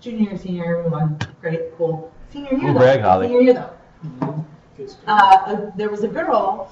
junior, year, senior, year, we won. Great, cool. Senior year, Ooh, though. brag, Holly. Senior year, though. Uh, there was a girl.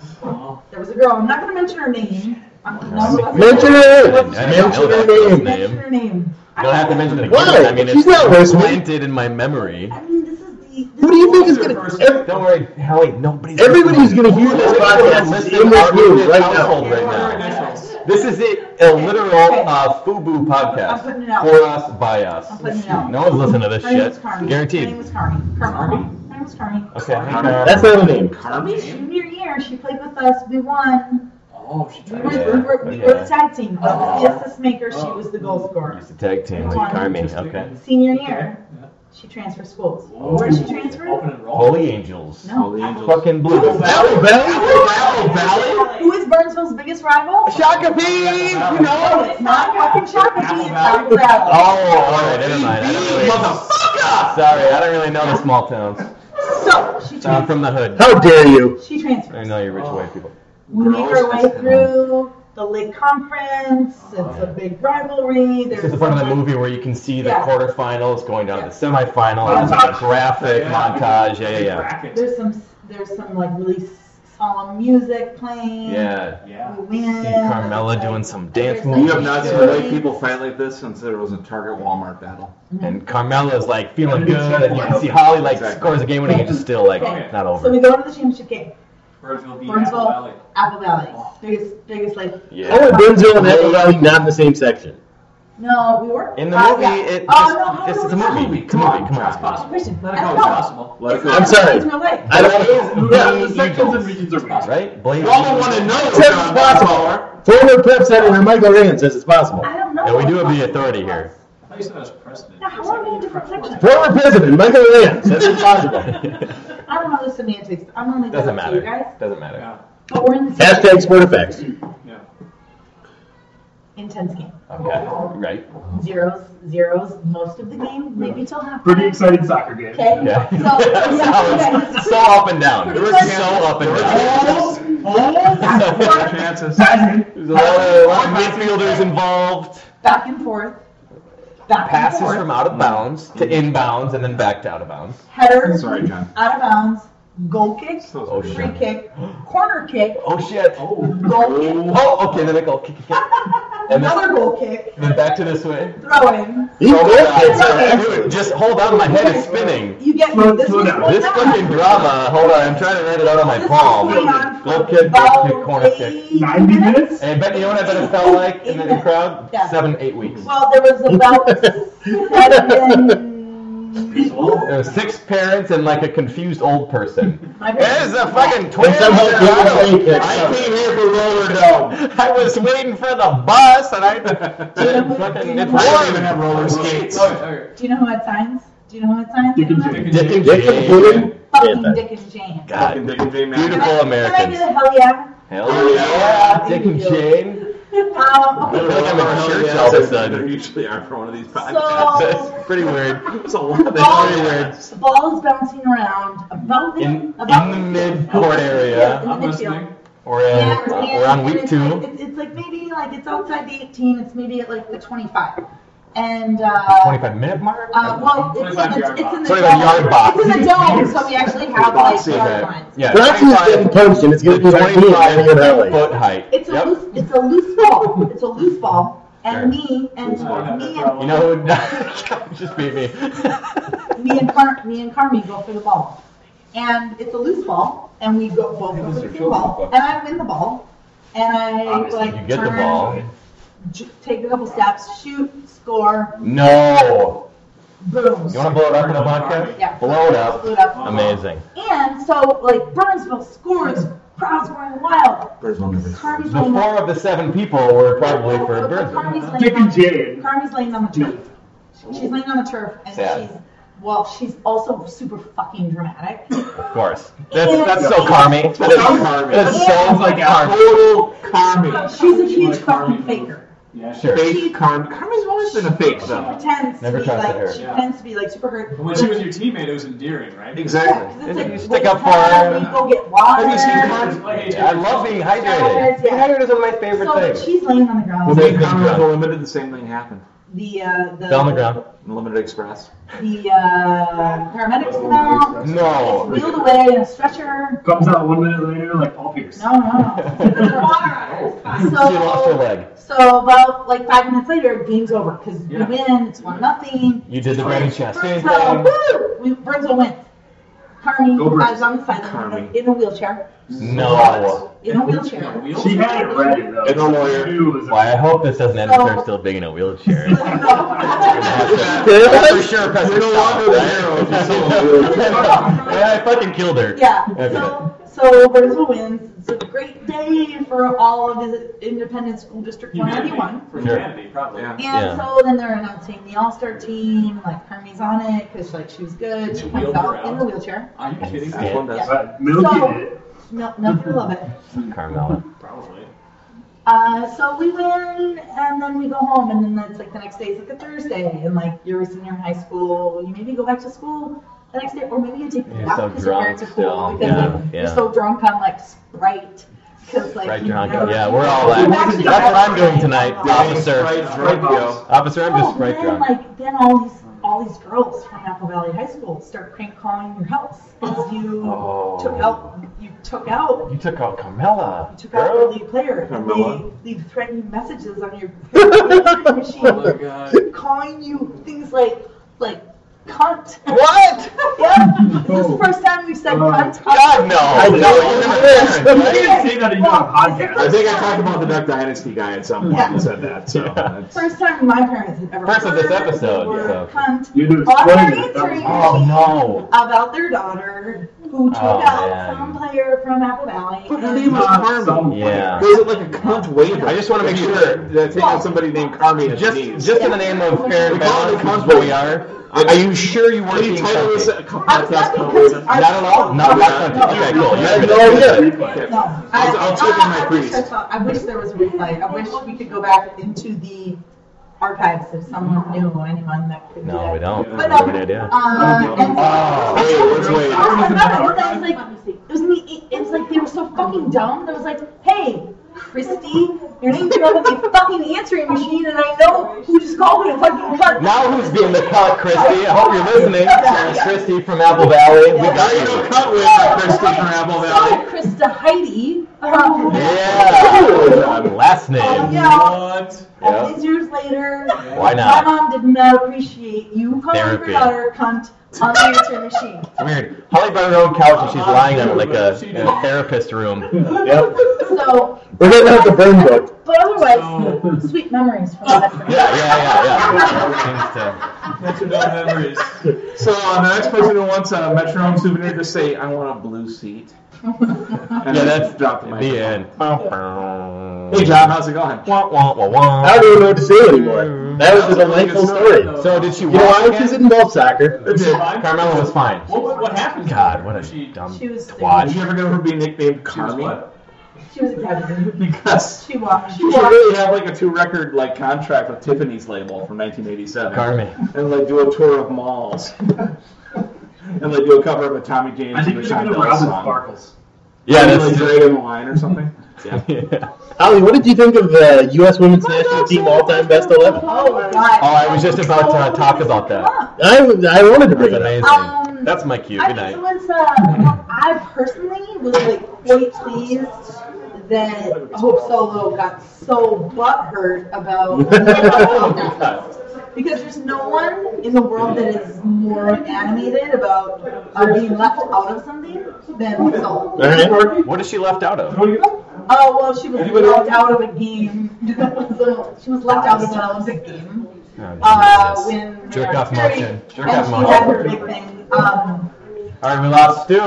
There was a girl. I'm not going to mention her name. I'm, none of us- Mention her! Mention her name. Mention her name. You don't have to mention it again. Why? I mean, She's it's not listening. planted in my memory. Who do you think is going to? Don't worry, Hallie. Nobody's. Everybody's going to hear this podcast is Listen in this out in room this right household now. right now. This is it, a literal uh, FUBU podcast. I'm putting it out. For us, by us. I'm putting it out. No one's listening to this Her name was shit. Carmi. Her name Guaranteed. was Carmi. Carmi. Her name was Carmi. Okay. That's not a name. Carmi, junior year, she played with us. We won. Oh, she We tried were, to- we were, we yeah. were the tag team. I was the assist maker. She was the goal scorer. Oh. Tag team with One. Carmi. Okay. Oh. Senior year, she transferred schools. Where did she transfer? Holy Angels. No. Holy Angels. Fucking Blue. Valley, Valley, Valley. Who is Burnsville's biggest rival? Shakopee! No, it's not fucking Shakopee. It's Apple Oh, Valley. alright, never mind. I don't really... Motherfucker! Sorry, I don't really know the small towns. So she I'm transferred. from the hood. How dare you? She transferred. I know you rich white people. We make our way through the Lake Conference. It's a big rivalry. This There's is the part of the movie where you can see the Yeah. quarterfinals going down to the semifinal. and It's a graphic montage. Yeah, yeah, There's some there's some like really solemn music playing. yeah. We win. Yeah. See Carmela doing some dance There's moves. like You have not seen shit. white people fight like this since there was a Target Walmart battle. And Carmela's like feeling good, and you can see Holly like scores a game winning, and it's still like Okay. not So over. we go to the championship game. Burnsville beat Apple Valley. Burnsville, Apple Valley, biggest biggest lake. Oh, How are Denzel and Apple Valley not in the same section? No, we were In the Uh, movie, yeah. it, oh just- no, how it's, do it's a we know? movie. Come on, come on. Christian, Let it that's go. It's not- possible. Let it go. I'm sorry. It's not lake. I don't Blaze know. the Eagles, regions are right? Blaze Y'all the want to Eagles. know. Says it's possible. Former prep senator Michael Rand says it's possible. I don't know. Yeah, we do what have the it authority was. here. I thought you said that was Preston. Now, how are we in different sections? Former president Michael Rand says it's possible. I don't know the semantics. I'm only Doesn't gonna tell matter. you guys. Doesn't matter. Yeah. But we're in the same Hashtag sport effects. Yeah. intense game. Okay. Right. Zeros, zeros, most of the game, maybe till half. Pretty exciting soccer game. Okay. Yeah. So, yeah, okay. so up and down. Pretty We're much- so up and down. Chances. There's a lot of, a lot of midfielders involved. back and forth, back Passes and forth, from out of bounds to inbounds and then back to out of bounds. header, Sorry, John. out of bounds, goal kick, Oh free shit. kick, corner kick, Oh shit. goal kick, Oh, okay, then I go kick, kick, kick. And another then, goal kick, then back to this way. throw in. These Oh, goalkeepers are God. excellent. Just hold on, my head is spinning. You get me. This was going This on. fucking drama, hold on, I'm trying to write it out on my This palm. was going on Goal for kick, goal about kick, corner kick. eight minutes. Hey, bet you know what I bet it felt like in the crowd? Yeah. Seven, eight weeks. Well, there was about seven. There were six parents and like a confused old person. My There's parents- the fucking twins. And somehow in people Colorado. think it's- I came here for roller dome. I was waiting for the bus, and I it fucking it I don't warm. even have roller skates. Do you know who had signs? Do you know who had signs? Dick and on that? Jane. Dick and Dick and Julian? Jane. Fucking Yeah, Dick and Jane. Fucking God, Dick and Jane Mack. Beautiful. Can I- Can I Americans. do the hell yeah? hell yeah, Dick and Jane. Um, I okay. feel like I'm in church all of a There sudden. usually are for one of these podcasts. So That's pretty weird. There's a lot of That's pretty weird. the ball is bouncing around about the In about in the midcourt Yeah, in area, the I'm midfield. listening. we're in Yeah, and- we're on and week it's two. like- It's, it's like maybe like it's outside the 18. It's maybe at like the 25. And uh, 25 minute mark? uh, well, it's in 25 the yard it's in the 25 yard dome. box. It's in the dome, so we actually have like Box, yeah. yard okay. lines. Yeah, Roxy's getting punched and it's going to be like me and I'm going to foot height. It's a Yep. loose. It's a loose ball. It's a loose ball. And me and ball. me You and know who would just beat me? me and Car- me and Carmi go for the ball, and it's a loose ball, and we go both go for the same ball, and I win the ball, and I Obviously, like you get the turn, ball. j- take a couple steps, shoot, score, No. boom. You want to blow it up in a podcast? Yeah. Blow it up. Blew it up. Amazing. And so like Burnsville scores, crowds going wild. Burnsville never- Carmi's The laying on- four of the seven people were probably But- for but Burnsville. Carmi's laying on- Carmi's laying on the turf. She's laying on the turf, and Sad. she's well, she's also super fucking dramatic. Of course. That's, that's so Carmi. That is, Carmi. That is so Sounds like Total Carmi. She's a huge fucking faker. Yeah, sure. Fake Carmen. Carmen's always been a fake, though. pretends Never to be trusted like her. she Yeah. pretends to be like super hurt. When she was your teammate, it was endearing, right? Exactly. Yeah, 'cause it's like, You what stick the up for hell, her. we go get water. Have you seen Carmen? I love being hydrated. Being hydrated is one of my favorite so things. she's laying on the ground. Well, they- Carmen with Unlimited, the same thing happened. The uh, the Fell on the ground. Unlimited Express. the uh, paramedics come out, No. wheeled away in a stretcher. Comes out one minute later, like all Pierce. No, no, no. There's water on her. She lost her So, leg. so about like five minutes later, game's over because Yeah. we win. It's one nothing. You did the brain chest. Same Burnsville, thing. woo! We, Burnsville wins. Carmi Go Burns. was on the sideline in a wheelchair. No. In a wheelchair. She had it ready though. It's a lawyer. Why? I hope this doesn't end with her So- still being in a wheelchair. That's for sure. You're no longer the hero. yeah, I fucking killed her. Yeah, That's so, so Burnsville wins. It's a great day for all of the independent school district 191. For Sure. humanity, probably. And so then they're announcing the All Star team, like Carmi's on it because like she was good. She comes wheeled her out in out. the wheelchair. Are you kidding? Yeah. Everyone does. But so, milking it. Milk, milk, you love it. it. Carmella. Probably. Uh, so we win, and then we go home, and then it's like the next day is like a Thursday, and like you're a senior in high school, you maybe go back to school the next day, or maybe you take the You're nap so because your drunk parents are cool still, because yeah, like, yeah. you're so drunk on like Sprite, because like Right, you drunk. never- Yeah, we're all that. We've actually That's what never- I'm doing tonight, officer. Sprite drunk. Officer, I'm Oh, just right then drunk. like then all these all these girls from Apple Valley High School start crank calling your house because you Oh. took out you took out You took out Carmella. took out girl. the lead player. and Carmella. They leave threatening messages on your machine, Oh calling you things like like cunt. What? yeah. This Oh. is the first time we've said cunt. God no. I know. I didn't say that in your podcast. I think I talked about the Duck Dynasty guy at some point and said that. So that's First time my parents had ever First of heard this episode, the word so. cunt You do on their explain it. That answering was- machine Oh, about their daughter who took Oh, out man. some player from Apple Valley. But her and- name was Carmen. Yeah. There's like a cunt waiver. I just wanna make If you- sure- that taking out somebody named Carmen. as Just, names. just in the name of fair We and call it a balance, cunt what we are. Are you sure you weren't Any being title is cunt? a cunt I was podcast not cunt because waiver. I- Not at all. Not Yeah. not cunt. Okay, cool. Yeah. You're No, good. yeah. Okay. No, I, I'll- I'll take in my I wish I priest. saw- I wish there was a replay. I wish we could go back into the archives if someone knew anyone that could do No, that. we don't. But That's a no, good idea. Uh, and Oh, wait, what's wait? I remember because I was like, it was me. It, it was like they were so fucking dumb. That was like, hey, Christy, your name's not on the fucking answering machine, and I know who just called me a fucking cunt. Now who's being the cunt, Christy? I hope you're listening. It's Christy from Apple Valley. We got Now you know you. cunt waiver, Christy from Apple Valley. Oh, Krista Heidi. uh, Um, Yeah. Last name. Oh, yeah. What? All these years later, Why not? my mom did not appreciate you calling Therapy. your daughter a cunt on the answering machine. Weird. Holly brought her own couch and she's lying on it like a, in a therapist room. Yep. So, We're gonna have to burn book. but otherwise, sweet memories from that. Yeah, yeah, yeah, yeah. Seems to- memories. So uh, the next person who wants a metronome souvenir, just say, "I want a blue seat." And Yeah, then that's drop the the mic. Oh. end. Hey, John, how's it going? Wah, wah, wah, wah. I don't even know what to say anymore. That was a delightful story. So Oh, did she You walk? know why? again? Because it involved soccer. That's it. Carmela was fine. What, what, what happened? God, what a dumb She was Did twat. you ever know her being nicknamed Carmen? What? She was a president. Because She walked. She she should walked. really have like a two-record like contract with Tiffany's label from 1987. Carmen. And like do a tour of malls. and like do a cover of a Tommy James I think and it's a Sean gonna Bell Robin song. Sparkles. Yeah, and, like this drag him a wine or something. Yeah. is. Holly, what did you think of the U.S. Women's National Team all-time best eleven? Oh my god. Oh, I was just about to talk about that. I I wanted to bring That's it up. Um, amazing. That's my cue. I Good think it night. was, uh, I personally was like quite pleased that Hope Solo got so butthurt about because there's no one in the world that is more animated about uh, being left out of something than Hope Solo. All right. What is she left out of? Oh well, she was left out of a game. So, she was left out of an Olympic game uh, when Oh, Jerk off Terry- motion. Jerk and off she motion. had her big thing. Um, All right, we lost Stu.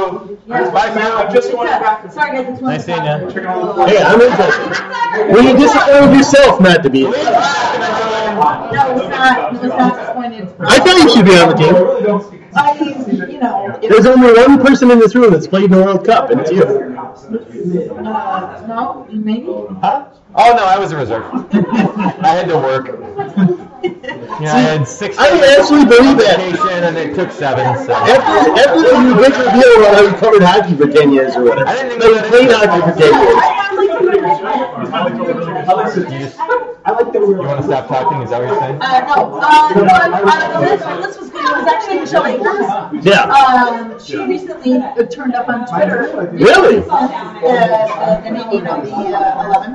yeah. Bye, Stu. I just want to. Sorry, guys. I just wanted Nice to talk seeing ya. to Check Hey, I'm interested. Were you disappointed with yourself not to be? I No, it's not. It was not disappointed. thought you should be on the team. I mean, you know, it There's only one person in this room that's played in the World Cup, and it's you. uh, no, maybe. Huh? Oh no, I was a reserve. I had to work. Yeah, I had six. I actually believe that. vacation, and it took seven. So. After, after the new big reveal about how he covered hockey for 10 years or whatever. But he played hockey for 10 years. I like the You want to stop talking? Is that what you're saying? Uh, no, uh, no, uh, this, this was good. It was actually Michelle Akers. Yeah. Um, she recently uh, turned up on Twitter. Really? Uh, uh, the meeting of the uh, 11.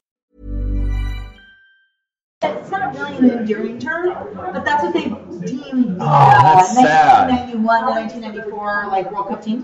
It's not really an endearing term, but that's what they deemed the Oh, that's uh, sad. 1991 to 1994 like World Cup teams.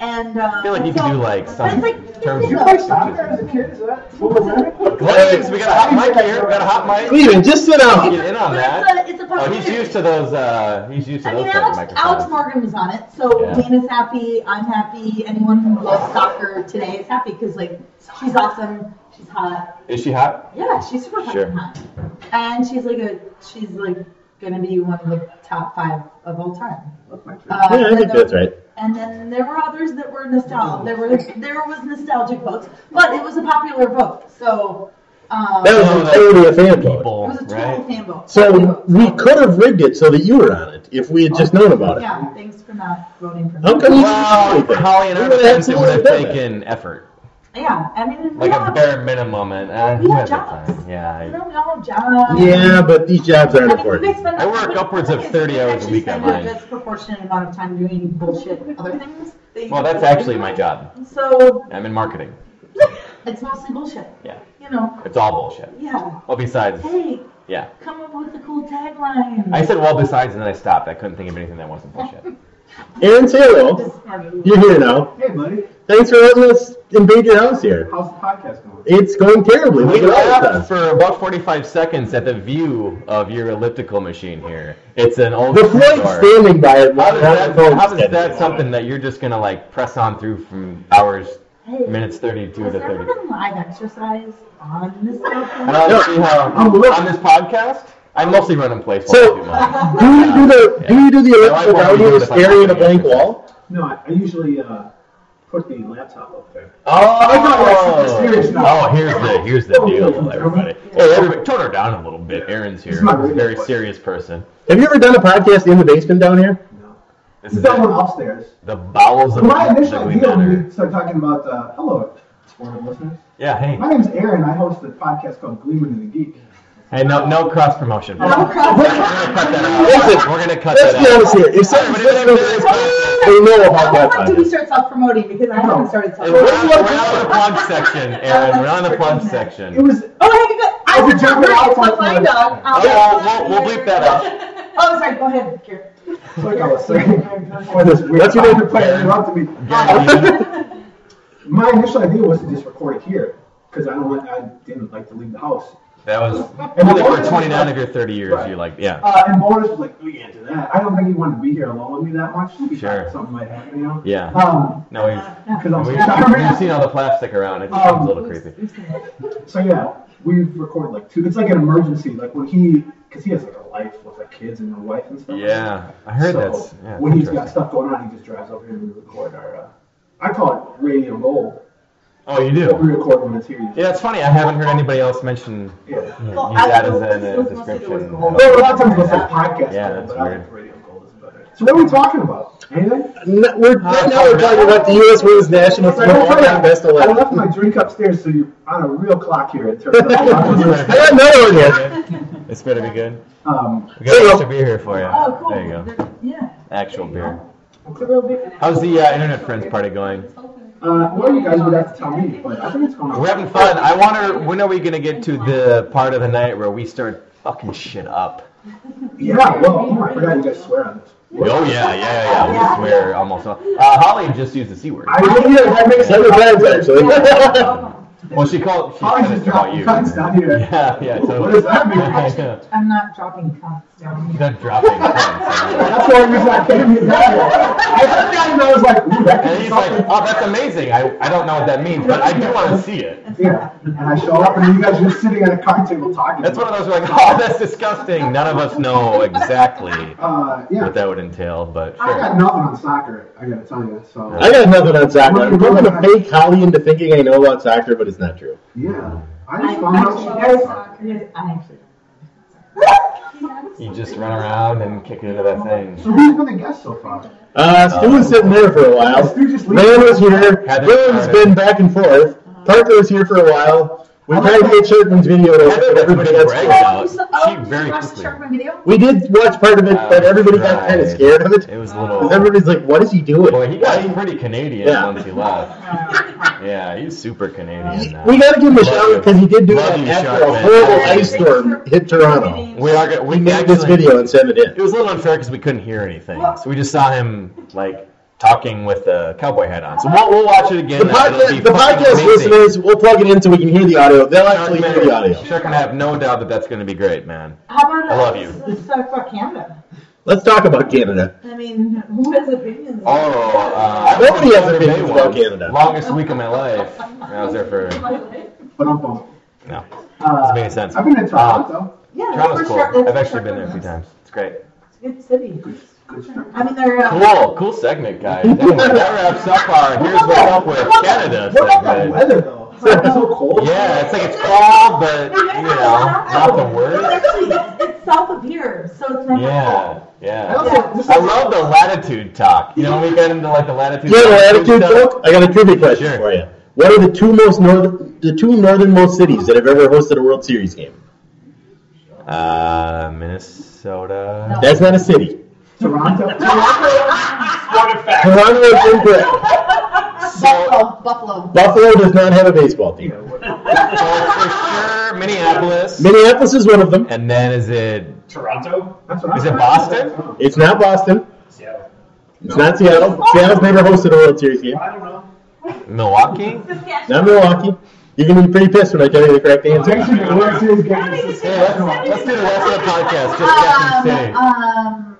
And um, I feel like you can do like some terms. you play soccer as a kid? Is that Ladies, we got a hot mic here. We got a hot mic. Steven, just sit down. Get in on But that. it's a, it's a Oh, he's used to those. Uh, he's used to I those mean, type of Alex, microphones. Alex Morgan was on it, so Yeah. Dana's happy. I'm happy. Anyone who loves soccer today is happy because like she's awesome. She's hot. Is she hot? Yeah, she's super fucking Sure. hot. And she's like a she's like gonna be one of the top five of all time. Uh, Yeah, I and think there- that's right. And then there were others that were nostalgic. There were there was nostalgic votes, but it was a popular vote. So um, Oh, That was entirely a fan it was vote. a total fan vote. So we could have rigged it so that you were on it if we had just known about it. Yeah, thanks for not voting for me. How come you Well, didn't do anything? Oh, Holly and We I would've defense, it would have absolutely done that. taken effort, Yeah, I mean, we like don't a have- bare minimum, and uh, We who have has the time? Yeah. we I- don't have jobs. Yeah, but these jobs aren't I mean, we important. spend- I work upwards of 30 hours a actually week at spend mine. a disproportionate amount of time doing bullshit other things. that you Well, that's can do. actually my job. So I'm in marketing. it's mostly bullshit. Yeah. You know. It's all bullshit. Yeah. Well, besides, Hey, yeah. come up with a cool tagline. I said well besides, and then I stopped. I couldn't think of anything that wasn't bullshit. Aaron Taylor, you're here now. Hey, buddy. Thanks for letting us invade your house here. How's the podcast going? It's going terribly. We Look at all of laughed us. for about 45 seconds at the view of your elliptical machine here. It's an old. The Floyd Commodore. standing by it. How does that, Floyd how is standing by that it. something that you're just gonna like press on through from hours, minutes 32 to Has there 30? ever been live exercise on this I don't podcast? see how on this podcast. I mostly run in place. So, while I do mine. Do you do the do you do the I elliptical won't round be you doing it if I staring at a don't blank do it. wall? No, I, I usually uh, put the laptop up there. Oh, serious now. oh, here's the here's the deal, everybody. Hey, everybody, tone her down a little bit. Aaron's here. my He's a very radio. serious person. Have you ever done a podcast in the basement down here? This He's is done one it. upstairs. the bowels of My the initial living idea when matter. we started talking about uh, hello, sportive listeners. Yeah, hey, My name's Aaron. I host a podcast called Gleeman and the Geek. hey, no, no cross promotion. We're gonna cut that Listen, out. We're gonna cut Let's be that out. honest here. If someone's listening to this, they know about that How do we podcast. start self-promoting? Because I haven't started We're not, self-promoting. we're not on the plug section, Aaron. We're not on the plug section. It was Oh, hey, you got- I I'll be forgot jumping where out it's like on my mine. dog. I'll- Oh, we'll, we'll, we'll bleep that out. Oh, sorry. Go ahead. Here. like I was saying before this weird That's your name? player interrupted me. My initial idea was to just record it here because I don't like, I didn't like to leave the house. That was only for 29 of your 30 years. You're like, yeah, Uh, and Boris was like, "We can't do that. I don't think he wanted to be here alone with me that much. He Sure. thought Something might happen, you know." Yeah. Um, no, he's. because I'm We, sorry. Um, have seen all the plastic around. It becomes a little Um, creepy. So yeah, we've recorded like two. It's like an emergency, like when he, because he has like a life with like kids and a wife and stuff. Yeah, I heard so that's. Yeah, when it's he's got interesting. stuff going on, he just drives over here and we record our. Uh, I call it radio gold. Oh, you do? We're recording this here. Yeah, it's funny. I haven't heard anybody else mention yeah. Well, use that I- as an it uh, was description. Well, a lot of times we'll say podcast. Yeah, that's weird. So what are we talking about? Anything? No, we're, right now we're talking about the U.S. Women's National Team all-time best I 11. left my drink upstairs, so you're on a real clock here. It turns out. I got another one here. It's better be good. Um, we got extra beer here for you. Oh, cool. There you go. Yeah. Actual beer. It's a real big. How's the uh, internet friends party going? Uh, well, you guys would have to tell me, but I think it's going on. We're having fun. I wonder when are we gonna get to the part of the night where we start fucking shit up? Yeah, well, oh, I forgot you guys swear on this. Oh yeah, yeah, yeah. yeah. We swear almost. all- Uh, Holly just used the c word. I did hear that makes Several times, actually. well, she called. She Holly's said just it about you. dropping cunts down here. Yeah, yeah. Totally. What does that mean? Yeah, I'm not dropping cunts down here. That dropping. That's why I'm just like, hey, you got it. I heard that and I was like, ooh, that And he's like, "Oh, that's amazing. I, I don't know what that means, but I do want to see it." Yeah, and I show up, and you guys are just sitting at a card table talking. That's one of those where like, "Oh, that's disgusting." None of us know exactly Uh, yeah. what that would entail, but I got sure. nothing on soccer. I gotta tell you. So I got nothing on soccer. I'm going to fake Holly into thinking I know about soccer, but it's not true. Yeah. I I just found out actually she know knows soccer. soccer. Yes, I actually. You just run around and kick it into that thing. Um, So who's been the guest so far? Uh, Stu was sitting there for a while. Stu just leaves. Van was here. Heather William's started. been back and forth. Parker was here for a while. We tried to get Sherman's video to Heather got everybody pretty got bragged scared. out. So- oh, She very you watched quickly. the Sharkman video? We did watch part of it, but everybody got Right. kind of scared of it. It was a Because little. everybody's like, what is he doing? Boy, he got pretty Canadian Yeah. once he left. Yeah, he's super Canadian now. We got to give him a Love shout you. out because he did do Love that you, after a Sharkman. horrible Thank ice you. storm hit Toronto. We are. go- We He made this actually- video and sent it in. It was a little unfair because we couldn't hear anything, so we just saw him like talking with a cowboy hat on. So we'll, we'll watch it The again. It'll be podcast, the fucking podcast amazing. listeners, we'll plug it in so we can hear the audio. They'll actually hear the audio. Sharkman, I have no doubt that that's going to be great, man. How about I love us? you. Let's talk about Canada. Let's talk about Canada. I mean, who has opinions? Oh, uh, Nobody has I went to opinions Bay about once, Canada. Longest week of my life. I was there for But I'm bummed. no. Uh, Doesn't make any sense. I've been in Um, Toronto. yeah, that's Toronto's for cool. sure- that's I've for actually sure been there a few Canada. times. It's great. It's a good city. I mean, they're. Uh, Cool, cool segment, guys. Anyway, that wraps up our here's what's up with Canada What about that segment. weather though? It's like so cold. Yeah, it's like it's cold, but you know, not the It's worst. actually it's, it's south of here, so it's not. Yeah, I yeah. also just I love the latitude talk. You know, we got into like the latitude. You have talk an attitude, stuff. Doc? I got a trivia question Sure. for you. What are the two most north, the two northernmost cities that have ever hosted a World Series game? Uh, Minnesota. That's not a city. Toronto. Toronto is incorrect. Buffalo, Buffalo. Buffalo does not have a baseball team. So for sure, Minneapolis. Minneapolis is one of them. And then is it Toronto? That's what I'm Is it saying. Boston? It's not Boston. Seattle. It's not Seattle. Seattle's never hosted a World Series game. I don't know. Milwaukee? Not Milwaukee. You're gonna be pretty pissed when I tell you the correct They answer. should be World Series game. This is Hey, let's, let's do the rest of the podcast. Just Captain City. Um,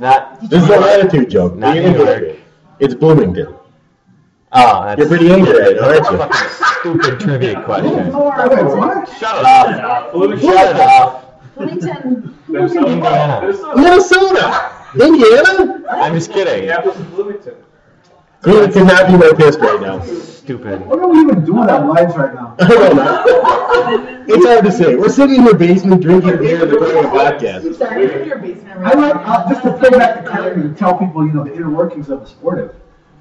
Not. This is a latitude joke. Not You're gonna New get York. it. It's Bloomington. Oh, that's You're pretty angry right now, aren't you? fucking stupid trivia question. Oh, wait, what? Shut it up. Shut it up. Bloomington. There's no Indiana. There's no Minnesota, Indiana. I'm just kidding. Minneapolis and Bloomington. Really could not be more pissed right now. Stupid. What are we even doing with our lives right now? I don't know. It's hard to say. We're sitting in your basement drinking beer and recording a podcast. Sorry, I'm in your basement. I right like now. uh, just to play back the curtain and tell people, you know, the inner workings of the sportive.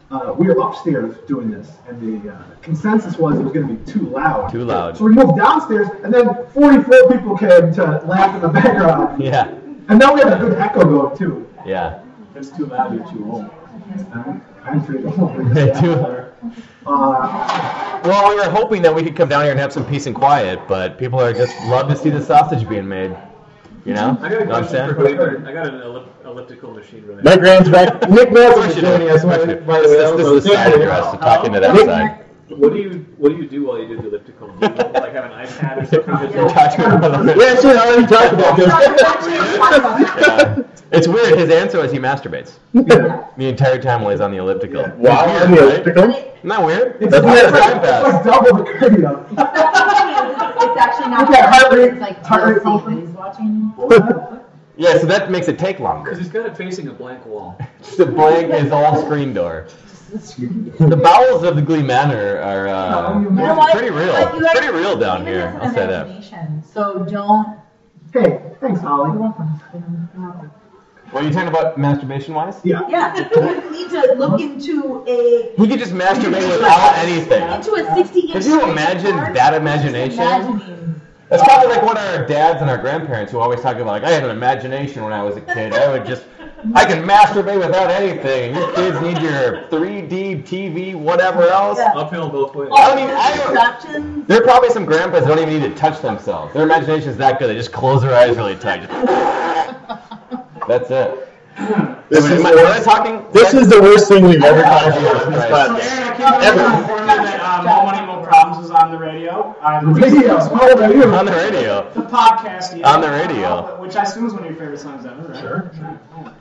Uh, we were upstairs doing this, and the uh, consensus was it was going to be too loud. Too loud. So we moved downstairs, and then 44 people came to laugh in the background. Yeah. And now we have a good echo going too. Yeah. If it's too loud, you're too old. I'm- I'm pretty old. They do. Uh, Well, we were hoping that we could come down here and have some peace and quiet, but people are just love to see the sausage being made. You know? I got a Know what I'm question saying? for Weber. I got an ellip- elliptical machine right My grand's back. Nick Nelson Push is it, joining us. By the push it. way, This is- this is the side Thank you. address. So talk into that side. What do you What do you do while you do the elliptical? Do you, like have an iPad or something? We're Just- talking about We it. actually already talked about this. Yeah. It's weird. His answer was he masturbates the entire time while he's on the elliptical. Wow, on the elliptical? Isn't that weird? That's Why does weird. time pass? like double the cardio. um, It's actually not. Look at heart rate- It's like heart rate TLC open. that he's watching. You Yeah, so that makes it take longer. Because he's got it facing a blank wall. The blank is all screen door. The bowels of the Glee Manor are uh, You know what? pretty real. Like, you guys- pretty real down Even here. has an I'll say that. imagination, So don't. Hey, thanks, Holly. You're welcome. You're welcome. What are you talking about masturbation wise? Yeah. Yeah, you need to look into a He could just masturbate without anything. into a sixty inch. Could you imagine that imagination? Imagining. That's probably like one of our dads and our grandparents who always talk about like I had an imagination when I was a kid. I would just I can masturbate without anything. You kids need your 3D TV, whatever else. Yeah. Uphill both ways. I mean, I don't- Contraptions. There are probably some grandpas that don't even need to touch themselves. Their imagination's that good. They just close their eyes really tight. That's it. This is, Am the I, am I worst, talking? this is the worst thing we've ever talked about on this So podcast. Aaron, I keep on informing you that um, All Money No Problems is on the radio. On Radio, how about you? on the radio. The podcast. Yeah, On the radio. Which I assume is one of your favorite songs ever, right? Sure.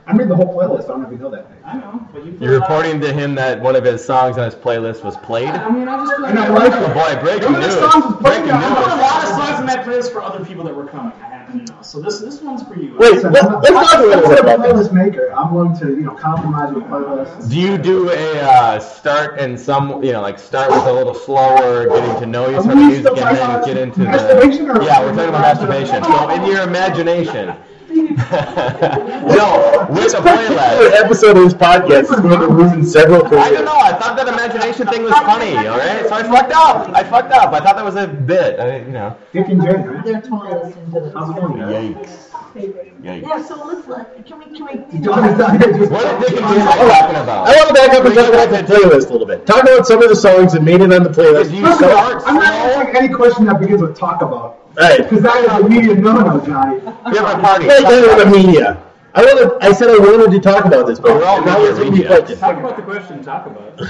I made the whole playlist. I don't know if you know that. I know, but you. put You're a lot- reporting to him that one of his songs on his playlist was played. I mean, I just feel like And I I like Oh it. boy, breaking Remember news! the songs was played Breaking on- put a news! lot of songs in that playlist for other people that were coming. I happen to know. So this this one's for you. Wait, let, let's talk a little bit I'm about a this. playlist maker. I'm willing to, you know, compromise with playlists. Do you do a uh, start and some, you know, like start with a little slower, getting to know you sort of we music, still and talking then about get into the masturbation or- yeah, we're talking about masturbation. So in your imagination, no, with a Every playlist. episode of this podcast is going to ruin several I don't careers. know. I thought that imagination thing was funny. All right, so I fucked up. I fucked up. I thought that was a bit. I, you know. Dick and Jane, right? They're totally listening to this. How's it going, guys? Yikes. Yikes. Yeah, so let's let. Can we? Can we? John is not here. Just What are they talking about? I want to back up and talk about the playlist a little bit. Talk about some of the songs that made it on the playlist. You First of all, start I'm not slow. answering any question that begins with talk about. All right. Because that is a media no-no, Johnny. We have a party. Right there in the media. I wanted, I said I wanted to talk about this, but We're all now media it's gonna be media. fucked. Talk about the question. Talk about it.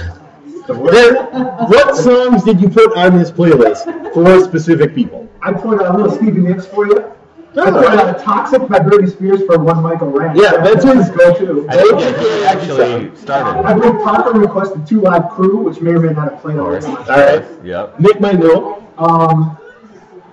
There, what songs did you put on this playlist for specific people? I put out a little Stevie Nicks for you. I That's put all out right. Toxic by Britney Spears for one Michael Rand. Oh. Yeah, that's his go-to. I think it actually I started. think Parker requested Two Live Crew, which may or may not have played on All right, Yep. make my note. Um,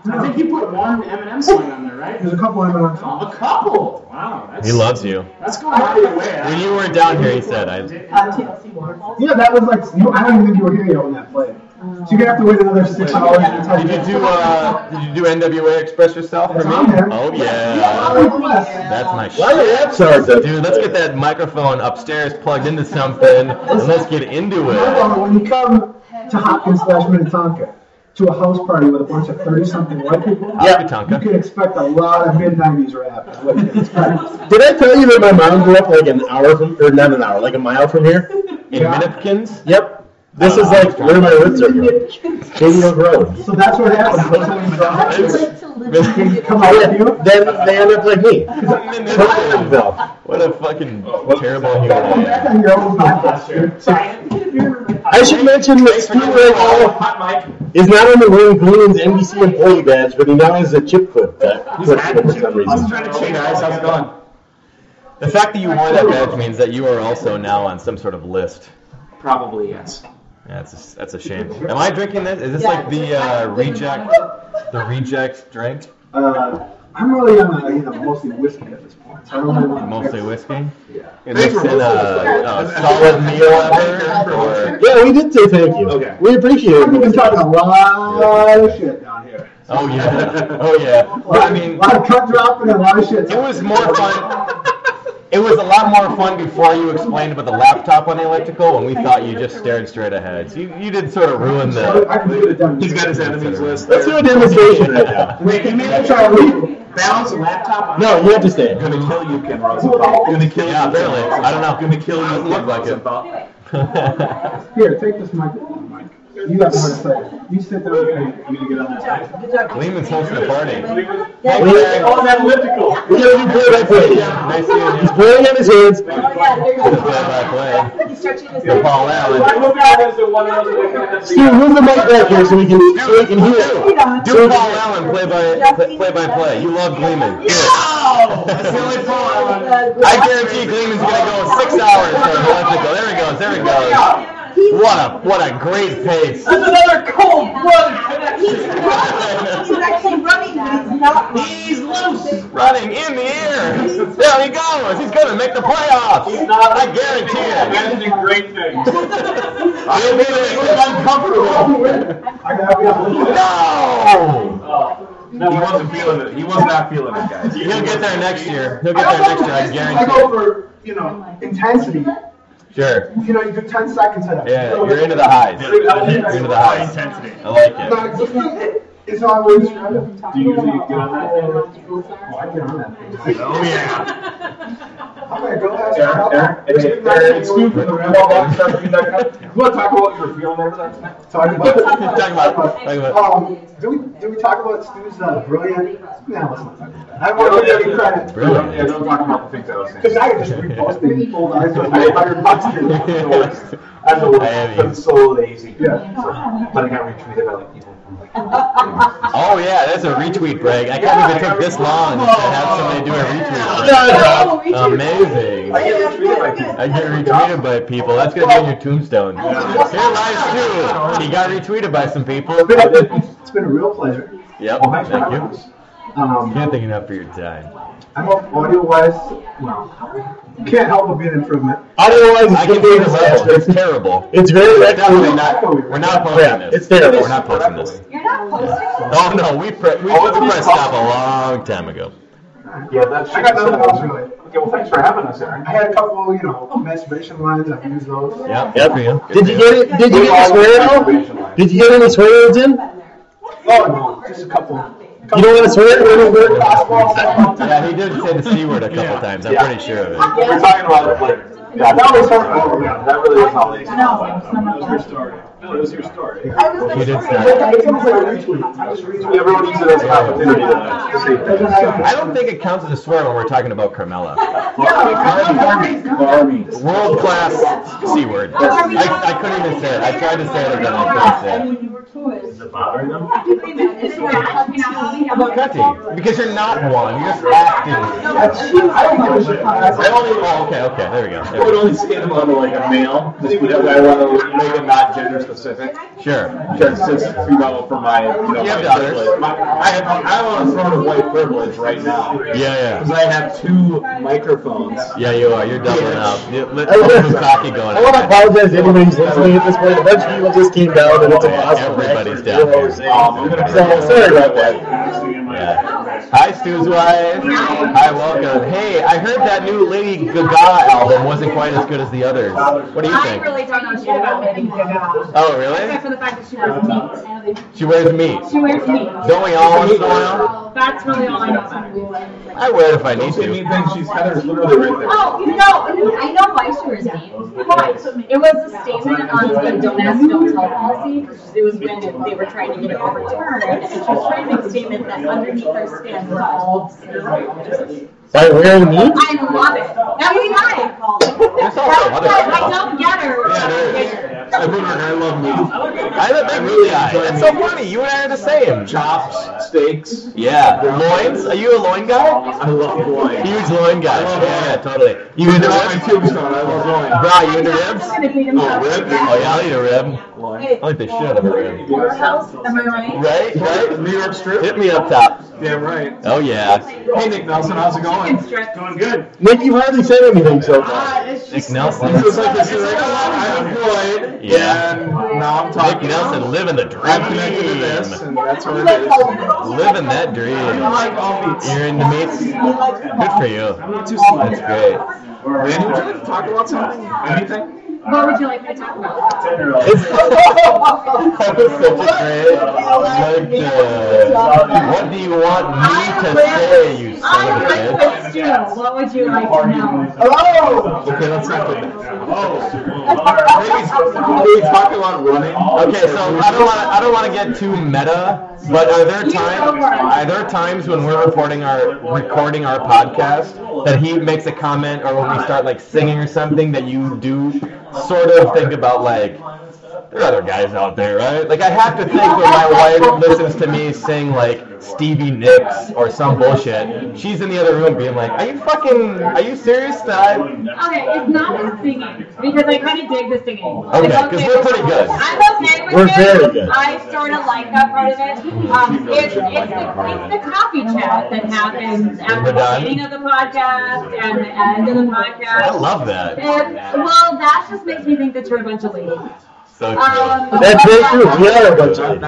I think you put one Eminem song on there, right? there's a couple of them on Oh, a couple. Wow, that's He loves you. that's going out of your way. When you were down here, he said, I, Uh, TLC waterfalls. Yeah, that was like, you, I don't even think you were here yet when that played. So you're gonna have to wait another six hours until Did you do uh, Did you do NWA Express yourself for That's me? on there. Oh Yeah, yeah, it's on the list. that's my Why shit. are rap songs up? Dude, let's get that microphone upstairs plugged into something and let's get into it. Well, when you come to Hopkins slash Minnetonka to a house party with a bunch of thirty something white people, Yeah, you can expect a lot of mid nineties rap. Is what you can expect. Did I tell you that my mom grew up like an hour from, or not an hour, like a mile from here? In Minnipkins? Yep. This is like where my roots are from. King of Road. So that's what happens. That's how you How drop do you it. like to live in You come out with you. Then they end up like me. Hurting Minnipkins. themselves. What a fucking terrible human Come back I am. on your own podcast. So I should mention that Steve Ray Hot mic. is not only wearing Glean's NBC employee badge, but he now has a chip clip that clips him for some reason. trying to change guys. How's it going? The fact that you wore that badge means that you are also now on some sort of list. Probably yes. Yeah, that's a, that's a shame. Am I drinking this? Is this like the uh, reject, the reject drink? Uh, I'm really on a, you know, mostly whiskey at this point. So I don't really want to Mostly whiskey. It Thanks makes for in a, a uh, solid meal ever, or Yeah, we did say thank you. Okay. We appreciate I've been it. talking a lot of shit down here. oh yeah, oh yeah. But I mean, a lot of cut dropping and a lot of shit. it was more fun. It was a lot more fun before you explained about the laptop on the elliptical, when we thought you just stared straight ahead. So you, you did sort of ruin I the. can do it down He's got here. his enemies list. Let's do a demonstration right now. Wait, you made a try to balance a laptop on. No, you have to stay. I'm gonna kill you, Ken Rosenthal. I'm gonna kill Yeah, you. Ken apparently. Rosenthal. I don't know. I'm gonna kill you, Doesn't Ken look like it. Rosenthal. Here, take this microphone, Mike. You got more to say. You sit down here. You need to get on that mic. Good job. Lehman's hosting a party. Yeah. Lehman- On that elliptical. We gotta do play by play. Nice seeing He's you. playing on his hands. Oh, yeah, there you go. Play by play. He's stretching his You'll fall I out. hope that is the one that was Steve, move the mic back here so we can so we can hear it. Feet on. Do Paul Allen play by play, play by play. You love Gleeman. Do it. That's the only Paul Allen. I guarantee Gleeman's gonna go six hours for an elliptical. There he goes. There he goes. What a what a great pace. That's another cold blooded He's connection. running. He's actually running, but he's not. He's loose. running in the air. There he goes. He's gonna make the playoffs. He's not. I guarantee it. That's a great thing. I mean, it was uncomfortable. No. Oh. No, he wasn't feeling it. He was not feeling it, guys. He'll get there next year. He'll get there next year. I I guarantee go it. for you know intensity. Sure. You know, you do ten seconds at a Yeah, you're into the highs. You're into the highs. I like it. Non-existent. It's always trying to. Do you usually get on that? Oh, I get on that. Oh yeah. I'm gonna go ahead Eric, Eric, and Eric, Eric, it's Stu from the Rebel Box. want to talk about your feeling there? Talk about. Talk about- talk about- Um, do we do we talk about Stu's uh, brilliant? No, let's not talk about that. I don't want to give any credit. Brilliant. Yeah, don't talk about the things I was saying. Because I just reposted the old eyes with my hundred bucks. to the worst. I'm the worst. I'm so lazy. Yeah. But I got retweeted by like people from like. Oh yeah, that's a retweet, Greg. I can't believe it took this long to have somebody do a retweet. Greg. Amazing. I get retweeted Oh, by people. I get retweeted by people. That's gonna be on your tombstone. Here lies too. He got retweeted by some people. It's been a real pleasure. Yep. Thank you. Um, Can't thank you enough for your time. I hope audio wise, well, can't help but be an improvement. Otherwise, I can do the level. It's terrible. It's very Right now, we're not. We're not posting this. it's terrible. We're not posting this. You're not posting. Oh no, we pre- we, we pressed stop a long time ago. Yeah, that's. I got nothing else really. Okay, well, thanks for having us, Aaron. I had a couple, you know, masturbation lines. I've used those. Yep. Yep. Yeah. Did you get it? Did you get any swear out? Did you get any swear words in? Oh no, just a couple. You don't want to swear? You don't want to swear? Yeah, he did say the c word a couple times. I'm pretty sure of it. We're talking about it later. Yeah, that was hurtful. Yeah, that really was all. No, Your story. No, it was your story. I was He like, did sorry. start. Everyone needs it as an opportunity to to say things. I don't think it counts as a swear when we're talking about Carmella. World class C word. I, I couldn't even say it. I tried to say it again. I couldn't say it. Is it bothering them? About Cutty, because you're not one. You're just acting. I only. Oh, okay, okay. There we go. I There we would go. only say them on like a male, just because I want to make it not gender specific. Sure. Just, just you know, for my, you know, You have my daughters. privilege. My, I have, I want a sort of white privilege right now. Yeah, yeah. Because I have two microphones. Yeah, you are. You're doubling up. You- Let, let some cocky going. I want to on. apologize to anybody who's listening at this point. A bunch of people just came down and it's impossible. to actually Everybody's hear down what we're here. saying. So sorry about that. Yeah. Hi, Stu's wife. Hi, welcome. Hey, I heard that new Lady Gaga album wasn't quite as good as the others. What do you I think? really don't know shit about Lady Gaga. Oh, really? Except for the fact that she wears meat. She wears meat. She wears meat. Don't we all once in a while? That's really all I know about her. I wear it if I need Don't say to. anything. She's Heather's literally right there. Oh, you know, I know why she wears meat. Why? It was a statement on the don't ask, don't tell policy. It was when they were trying to get it overturned, and she was trying to make a statement that underneath her skin was all sin. By wearing meat? I love it. That was mine. There's also other I stuff. don't get her. Yeah, there is. I mean, I love meat. I'm a big meat guy. It's so funny. You and I are the same. Chops, steaks. Yeah. Loins? Are you a loin guy? I love loin. Huge loin guy. Yeah, totally. You into My ribs? tombstone. I love loin. Bro, you into ribs? I'm gonna beat him Oh, up. rib? Oh, yeah, I'll eat a rib. I like the shit out of a rib. Courthouse, am I right? Right? Right? New York Strip? Hit me up top. Damn right. Oh, yeah. Hey, Nick Nelson, how's it going? Going good. Nick, you hardly said anything so far. Ah, Nick Nelson. This is like this is like I'm employed, Yeah. and now I'm Nick talking. Nelson living the dream. I'm connected to this, and that's what it is. Living that dream. You're in the meats. Good for you. I'm not too That's great. Man, would you like to talk about something? Anything? What would you like me to talk about? that was such a great. Like, uh, what do you want me to say, you son I of a am bitch? with you. What would you like to know? Oh! Okay, let's not put that. Oh, we talk about running. Okay, so I don't want to. I don't want to get too meta, but are there times are there times when we're reporting our recording our podcast that he makes a comment or when we start like singing or something that you do sort of think about like there are other guys out there, right? Like I have to think when my wife listens to me sing like Stevie Nicks or some bullshit, she's in the other room being like, "Are you fucking? Are you serious?" That I- Okay, it's not as singing because I kind of dig the singing. Okay, 'cause we're pretty good. I'm okay with We're it. very good. I sort of like that part of it. Um, it's, it's, the, it's the coffee chat that happens When after we're the done? beginning of the podcast and the end of the podcast. I love that. well, that just makes me think that you're a bunch of ladies. So true. Um, That's very true. We are a bunch of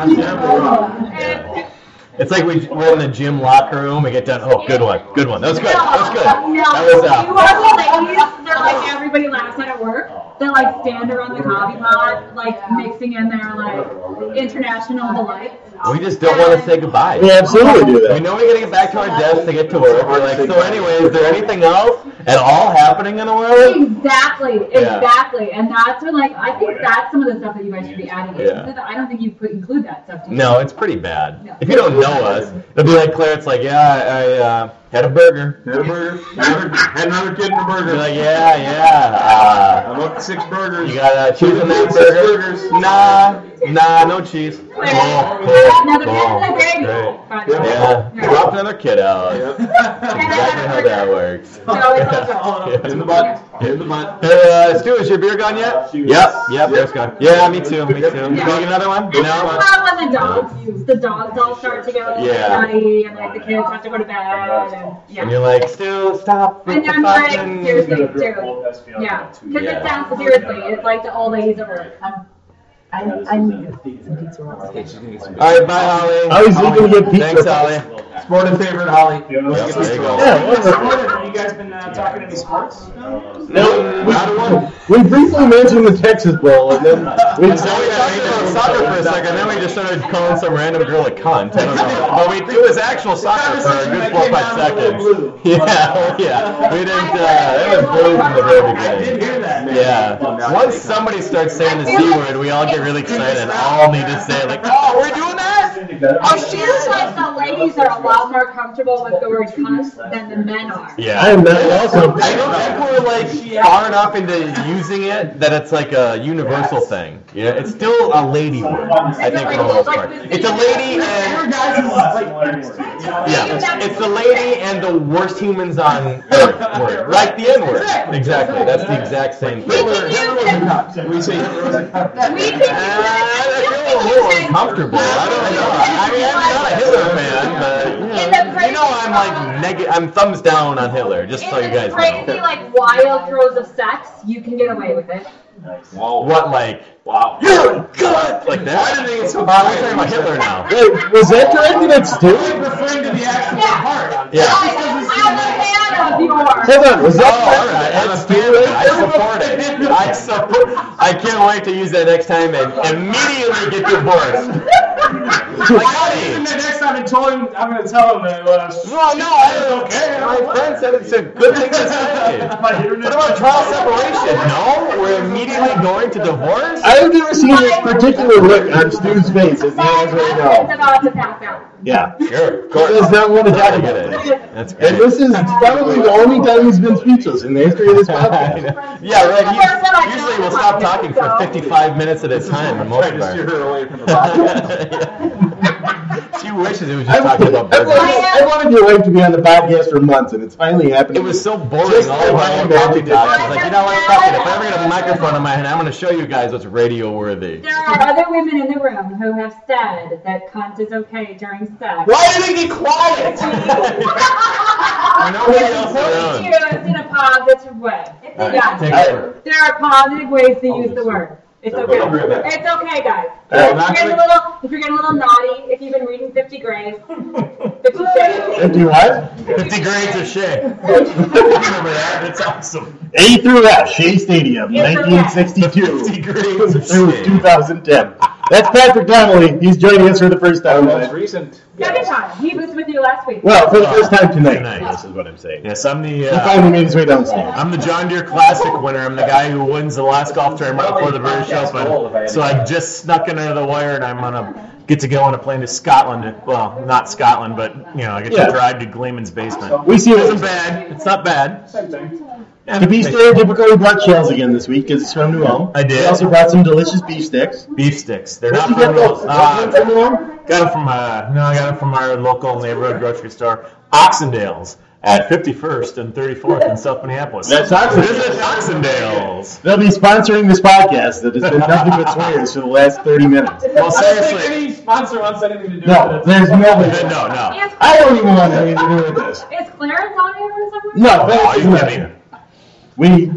It's like we, we're in the gym locker room. We get done. Oh, good one, good one. That was good. That was good. No, That was you uh, are the ladies. They're like everybody laughs at at work. They like stand around the coffee pot, like mixing in their like international delights. We just don't want to say goodbye. We absolutely do that. We know we got to get back to our desks to get to work. We're like, so anyway, is there anything else at all happening in the world? Exactly, Yeah. exactly, and that's when like I think that's some of the stuff that you guys should be adding. in. Yeah. Because I don't think you put include that stuff. Do you? No, it's pretty bad. If you don't know us, it'll be like Claire. It's like, yeah, I uh, had a burger. Had a burger. Had another kid in a burger. You're like, yeah, yeah. Uh, I'm up to six burgers. You got uh, cheese on that burger? Nah, nah, no cheese. Cool, Another cool, kid in the Great. baby. Yeah, dropped another kid out. Exactly how that works. No, it's not In the butt. In the butt. Hey, uh, Stu, is your beer gone yet? Yep. Yep. Beer's Uh, gone. Yeah, me too. Me too. Can I get another one? I No. love when the dogs use the dogs all start to go Yeah. potty, and like the kids have to go to bed, and yeah. And you're like, Stu, stop. with And the I'm like, fucking- seriously, dude. Yeah, because Yeah. it sounds seriously, it's like the old ladies at work. I'm, I'm, I'm All right, bye, Holly. Holly's gonna get pizza. Thanks, Holly. Sporting favorite, Holly. Yep, there you go. Have you guys been uh, talking any sports? No, we, we briefly mentioned the Texas Bowl, and then we Soccer for a second, then we just started calling some random girl a cunt. I don't know. But we, it was actual soccer for a good four, five seconds. Yeah, oh, yeah. We didn't, uh, that was blue from the very beginning. I did hear that. Yeah. Once somebody starts saying the C word, we all get really excited. All need to say, like, oh, we're doing that? I feel Oh, like the ladies are a lot more comfortable with the word cunt than the men are. Yeah. I am not welcome. I don't think we're like far enough into using it that it's like a universal thing. Yeah, it's still a lady word. I think for the most part, it's a lady and yeah, it's the lady and the worst humans on earth word, like the N word. Exactly, that's the exact same thing. We say comfortable. I don't know. I mean, I'm not a Hitler fan, but you know, I'm like negative. I'm thumbs down on Hitler. Just so you guys know. Crazy, like wild throes of sex, you can get away with it. What like? Wow. You're a god. Like that. Why did they get so bad? We're talking about Hitler now. Was that directed at Stu? Yeah. I'm a fan of yours. Hold on, was that Oh, all right. I'm a fan. of it. I support it. I support. I can't wait to use that next time and immediately get divorced. Like, honey. And then next time I told him, I'm going to tell him that. Uh, No, no, I don't care. My friend said it's a good thing to say. What about trial separation? No, we're immediately going to divorce. I have never seen this particular look on Stu's face as he has right It's now. about to pass out. Yeah. Sure, of He course. does not want to I talk get about it. it. That's great. And this is probably the only time he's been speechless in the history of this podcast. Yeah, right. He's, usually we'll stop talking for 55 minutes at a time. And most of our- she wishes it was just talking about I burgers. wanted, I wanted your wife to be on the podcast for months, and it's finally happening. It was so boring. All of our own coffee talk. I was like, you know what? Fuck it. If I ever get a microphone in my hand, I'm going to show you guys what's radio worthy. There are other women in the room who have said that cunt is okay during sex. Why did it get quiet? Nobody else around. Used in a positive way. right, Yeah. take it over. There are positive ways to use the word. It's okay. It's okay, guys. right, If not you're getting a gonna- little, if you're getting a little naughty, if you've been reading Fifty Grays, Fifty Shades, And do what? 50 grades of shit. remember that? That's awesome. A through F, Shea Stadium, Yes, sir. 1962 Grades of through shit. 2010. That's Patrick Donnelly. He's joining us for the first time. Most recent. second time. He was with you last week. Well, for the first time tonight. Tonight, this is what I'm saying. Yes, I'm the. He Uh, finally made his way downstairs. I'm the John Deere Classic winner. I'm the guy who wins the last golf tournament before the British Open. So I just snuck in under the wire, and I'm gonna get to go on a plane to Scotland. Well, not Scotland, but you know, I get Yeah. to drive to Gleeman's basement. We see it It isn't as- bad. It's not bad. Same thing. To be stereotypical, we brought shells again this week because it's from New Ulm. I did. We also brought some delicious beef sticks. Beef sticks. They're Where'd not you from get those. those? Uh, got it from uh, no, I got it from our local neighborhood grocery store, Oxendales, at 51st and 34th in South Minneapolis. That's Oxendales. Visit Oxendales. They'll be sponsoring this podcast that has been nothing but swears for the last 30 minutes. Well, I don't seriously. think any sponsor wants anything to do with No, it. there's nobody. No, no. I don't even want anything to do with this. Is Clarence on here or something? No, Clarence We,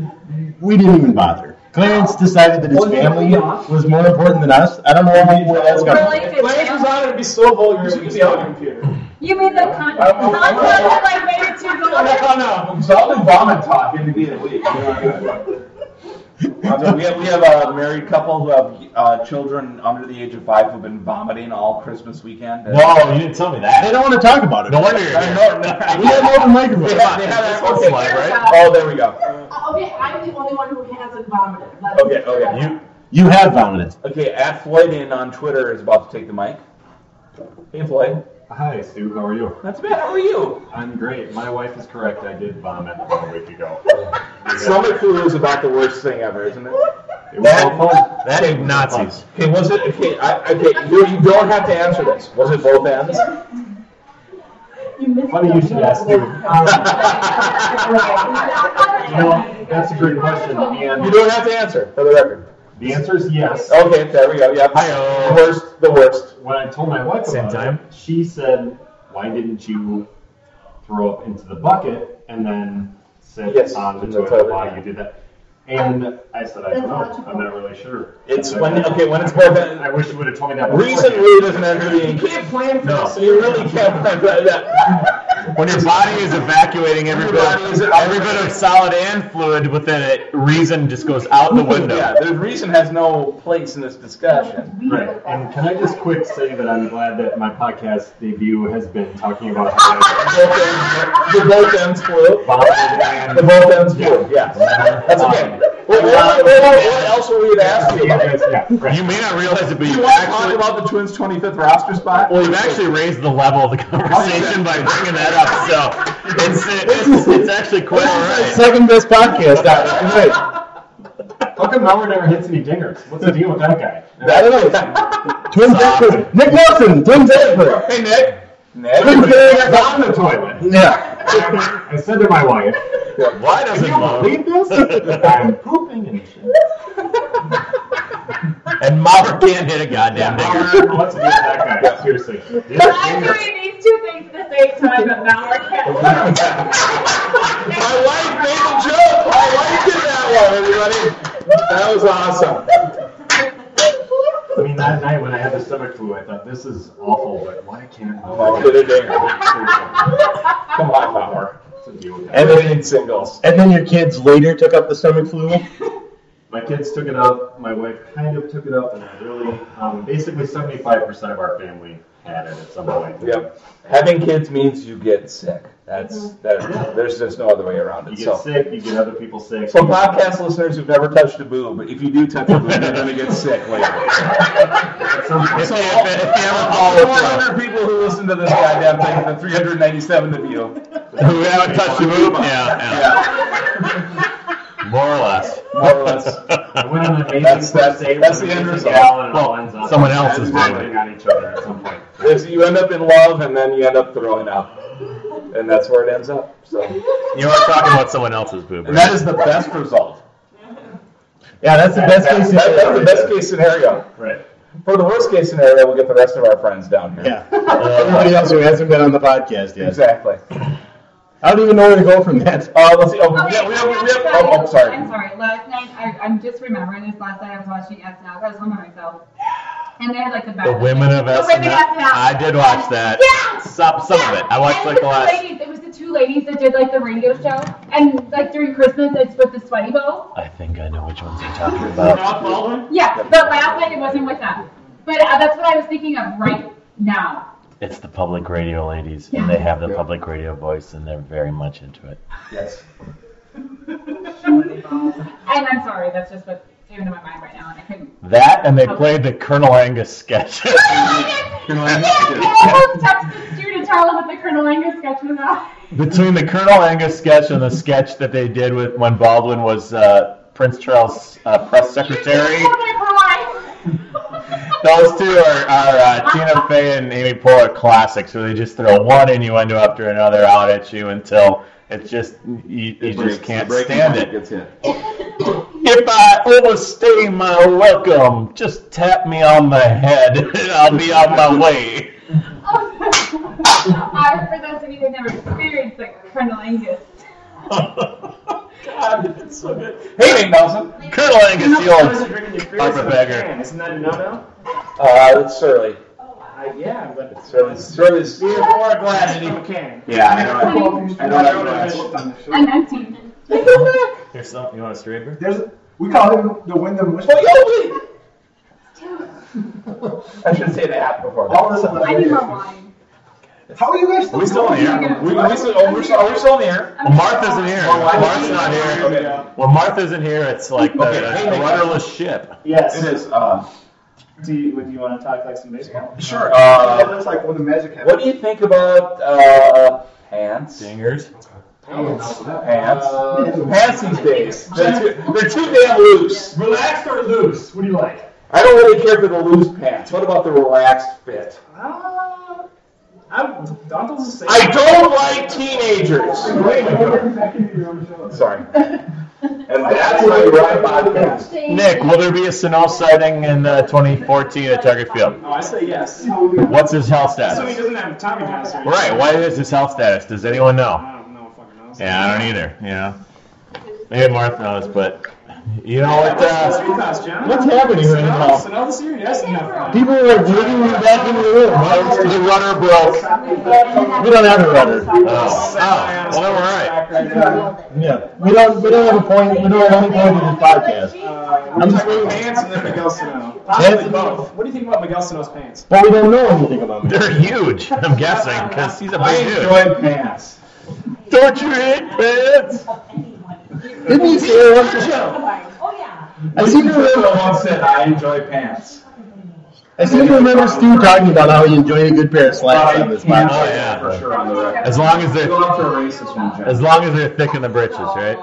we didn't even bother. Clarence decided that his family was more important than us. I don't know where that's coming from. If Lance was on, it'd be so vulgar. It'd be on computer. You mean the con- concept that like made it too No, good? no. Exalted vomit talk in the beginning of the week. Uh, we have we have a married couple who have uh, children under the age of five who've been vomiting all Christmas weekend. Whoa, you didn't tell me that. They don't want to talk about it. No wonder you're I here. know, no. We have an open microphone. They have, they have that- This okay. one's live, right? Oh, there we go. Uh, okay, I'm the only one who hasn't vomited. Let's- Okay, okay. You you have vomited. Okay, at Floyd in on Twitter is about to take the mic. Hey Floyd. Hi Sue, how are you? That's bad. How are you? I'm great. My wife is correct. I did vomit about a week ago. Stomach flu is about the worst thing ever, isn't it? That, that okay, Nazis. Okay, was it okay? I, okay, you, you don't have to answer this. Was it both ends? Funny you should ask Sue. You know, that's a great question. And You don't have to answer for the record. the answer is yes. Okay, there we go. Yeah. The worst. The worst. When I told my wife Same about time. it, she said, "Why didn't you throw up into the bucket and then sit Yes, on the in the toilet, toilet, while yeah. you did that?" And I said, "I don't know. I'm not really sure." It's I- when- okay, when it's both ends- I wish you would have told me that. Reason beforehand. really doesn't enter the You can't plan for this. You really can't plan for that. When your body is evacuating every bit, of, every bit of solid and fluid within it, reason just goes out the window. Yeah, there's reason has no place in this discussion. Right. And can I just quick say that I'm glad that my podcast debut has been talking about how the both ends flew. The both ends flew. Yes. That's Um, okay. What, what- what- what else were we to ask you about? You may not realize it, but You you've want to talk actually, about the Twins' 25th roster spot? Oh, well, you've actually raised the level of the conversation by bringing that up. So it's it's, it's actually quite all right. Second best podcast out. Right. How come Howard never hits any dingers? What's the deal with that guy? I don't know. Twins expert. Nick Nelson, Twins expert. Hey, Nick. Twins expert. on the toilet. Yeah. I said to my wife, Why doesn't mom? "Believe this? I'm pooping and shit." And Mauer can't hit a goddamn Howard, dinger. What's the deal with that guy? Seriously. I'm doing these two things at the same time, but now we're My wife made the joke. My wife did that one, everybody. That was awesome. I mean, that night when I had the stomach flu, I thought this is awful. But why can't Oh, did it ding. Come on, Power. What's the deal with that? And then in singles. And then your kids later took up the stomach flu. My kids took it up. My wife kind of took it up, and I really, um, basically, 75% of our family had it at some point. Yep. Having kids means you get sick. That's that. There's just no other way around You it. get So. sick, you get other people sick. For podcast listeners who've never touched a boob, if you do touch a boob, you're going to get sick later. If so, you- all, if all you ever follow 400 people who listen to this goddamn thing, the 397 of you. Who haven't touched the boot? Yeah, yeah. More or less. More or less. I went on an amazing That's- that's- first date that's with the a end decent result. gal, and it all ends up someone else's vomiting on each other at some point. There's, you end up in love, and then you end up throwing up. And that's where it ends up. So You are talking about someone else's boob. And that is the best result. Yeah, that's the best case That- scenario. that's the best case scenario. Right. For the worst case scenario, we'll get the rest of our friends down here. Yeah. Everybody else who hasn't been on the podcast yet. Exactly. I don't even know where to go from that. Uh, let's see. Oh, Okay, yeah, we have, I we have have, to tell oh, you, oh, sorry. I'm sorry. Last night, I, I'm just remembering this. Last night I was watching SNL. I was home by myself. And they had like the The best. women of The SNL. women of SNL. I did watch that. Yeah. Some, some of it. I watched And like the it was last. Ladies. It was the two ladies that did like the radio show, and like during Christmas, it's with the sweaty bowl. I think I know which ones you're talking about. Yeah, but last night it wasn't with them. But uh, that's what I was thinking of right now. It's the public radio ladies, and they have the public radio voice, and they're very much into it. Yes. And I'm sorry, that's just what came into my mind right now, and I couldn't. That, and they played the Colonel Angus sketch. I almost texted Stu to tell him what the Colonel Angus sketch was about. Between the Colonel Angus sketch and the sketch that they did with when Baldwin was uh, Prince Charles' uh, press secretary, those two are, are uh, Tina Fey and Amy Poehler classics, where they just throw one innuendo after another out at you until it's just you, you just can't stand it. If I overstay my welcome, just tap me on the head and I'll be on my way. I, for those of you that never experienced like Colonel Angus. God, it's so good. Hey, Nick Nelson. Colonel Angus, the Is it drinking your old beer? carpet bagger. Isn't that a no-no? Uh, it's Surly. Uh, yeah, but it's Surly. Surly's. beer or a glass if you can. Yeah, I know. I don't have I'm empty. Here's something. You want a straight beer? There's we call it the Wyndham Whistle. I should say that before. All this other I need more wine. How are you guys Are we still on the air? We, we still, oh, we're, still, are we still on the air? Well, Martha's in here. Oh, I- Martha's not here. Okay. When Martha's in here, it's like the, Okay, hey, the hey. rudderless ship. Yes. It is. Uh, Do you, would you want to talk like some baseball? Sure. It Uh, looks like when the magic happens. what do you think about uh, Oh, pants? Dingers. Pants. Pants. Uh, Pants these days. They're too, they're too damn loose. Relaxed or loose? What do you like? I don't really care for the loose pants. What about the relaxed fit? Uh, I'm, Donald's the same. I don't like teenagers. Wait, wait, wait. Sorry. And that's my dry podcast. Nick, will there be a Sano sighting in uh, 2014 at Target Field? Oh, I say yes. What's his health So he status? doesn't have Tommy John surgery. Right. What is his health status? Does anyone know? I don't know if fucking knows. Yeah, I don't either. Yeah. Maybe Martha knows, but you know what? Uh, what's happening right now? So now this year, yes, you have People are bringing me back into the room. the rudder broke. We don't have a rudder. Oh, oh. Well, then we're right. Yeah. We don't. We don't have a point. We don't have any point in this podcast. Uh, I'm talking about pants and then Miguel Sano. Possibly both. What do you think about Miguel Sano's pants? But we don't know anything about it. They're huge. I'm guessing because he's a I big dude. enjoy pants. Don't you hate pants? Didn't you say it once? I seem to Bill remember. once said, I enjoy pants. I seem to remember Stu talking about how he enjoyed a good pair of slacks on this podcast. Oh yeah. For sure on the record. As long as they're Go off to a racist one, Jeff. as long as they're thick in the britches, right?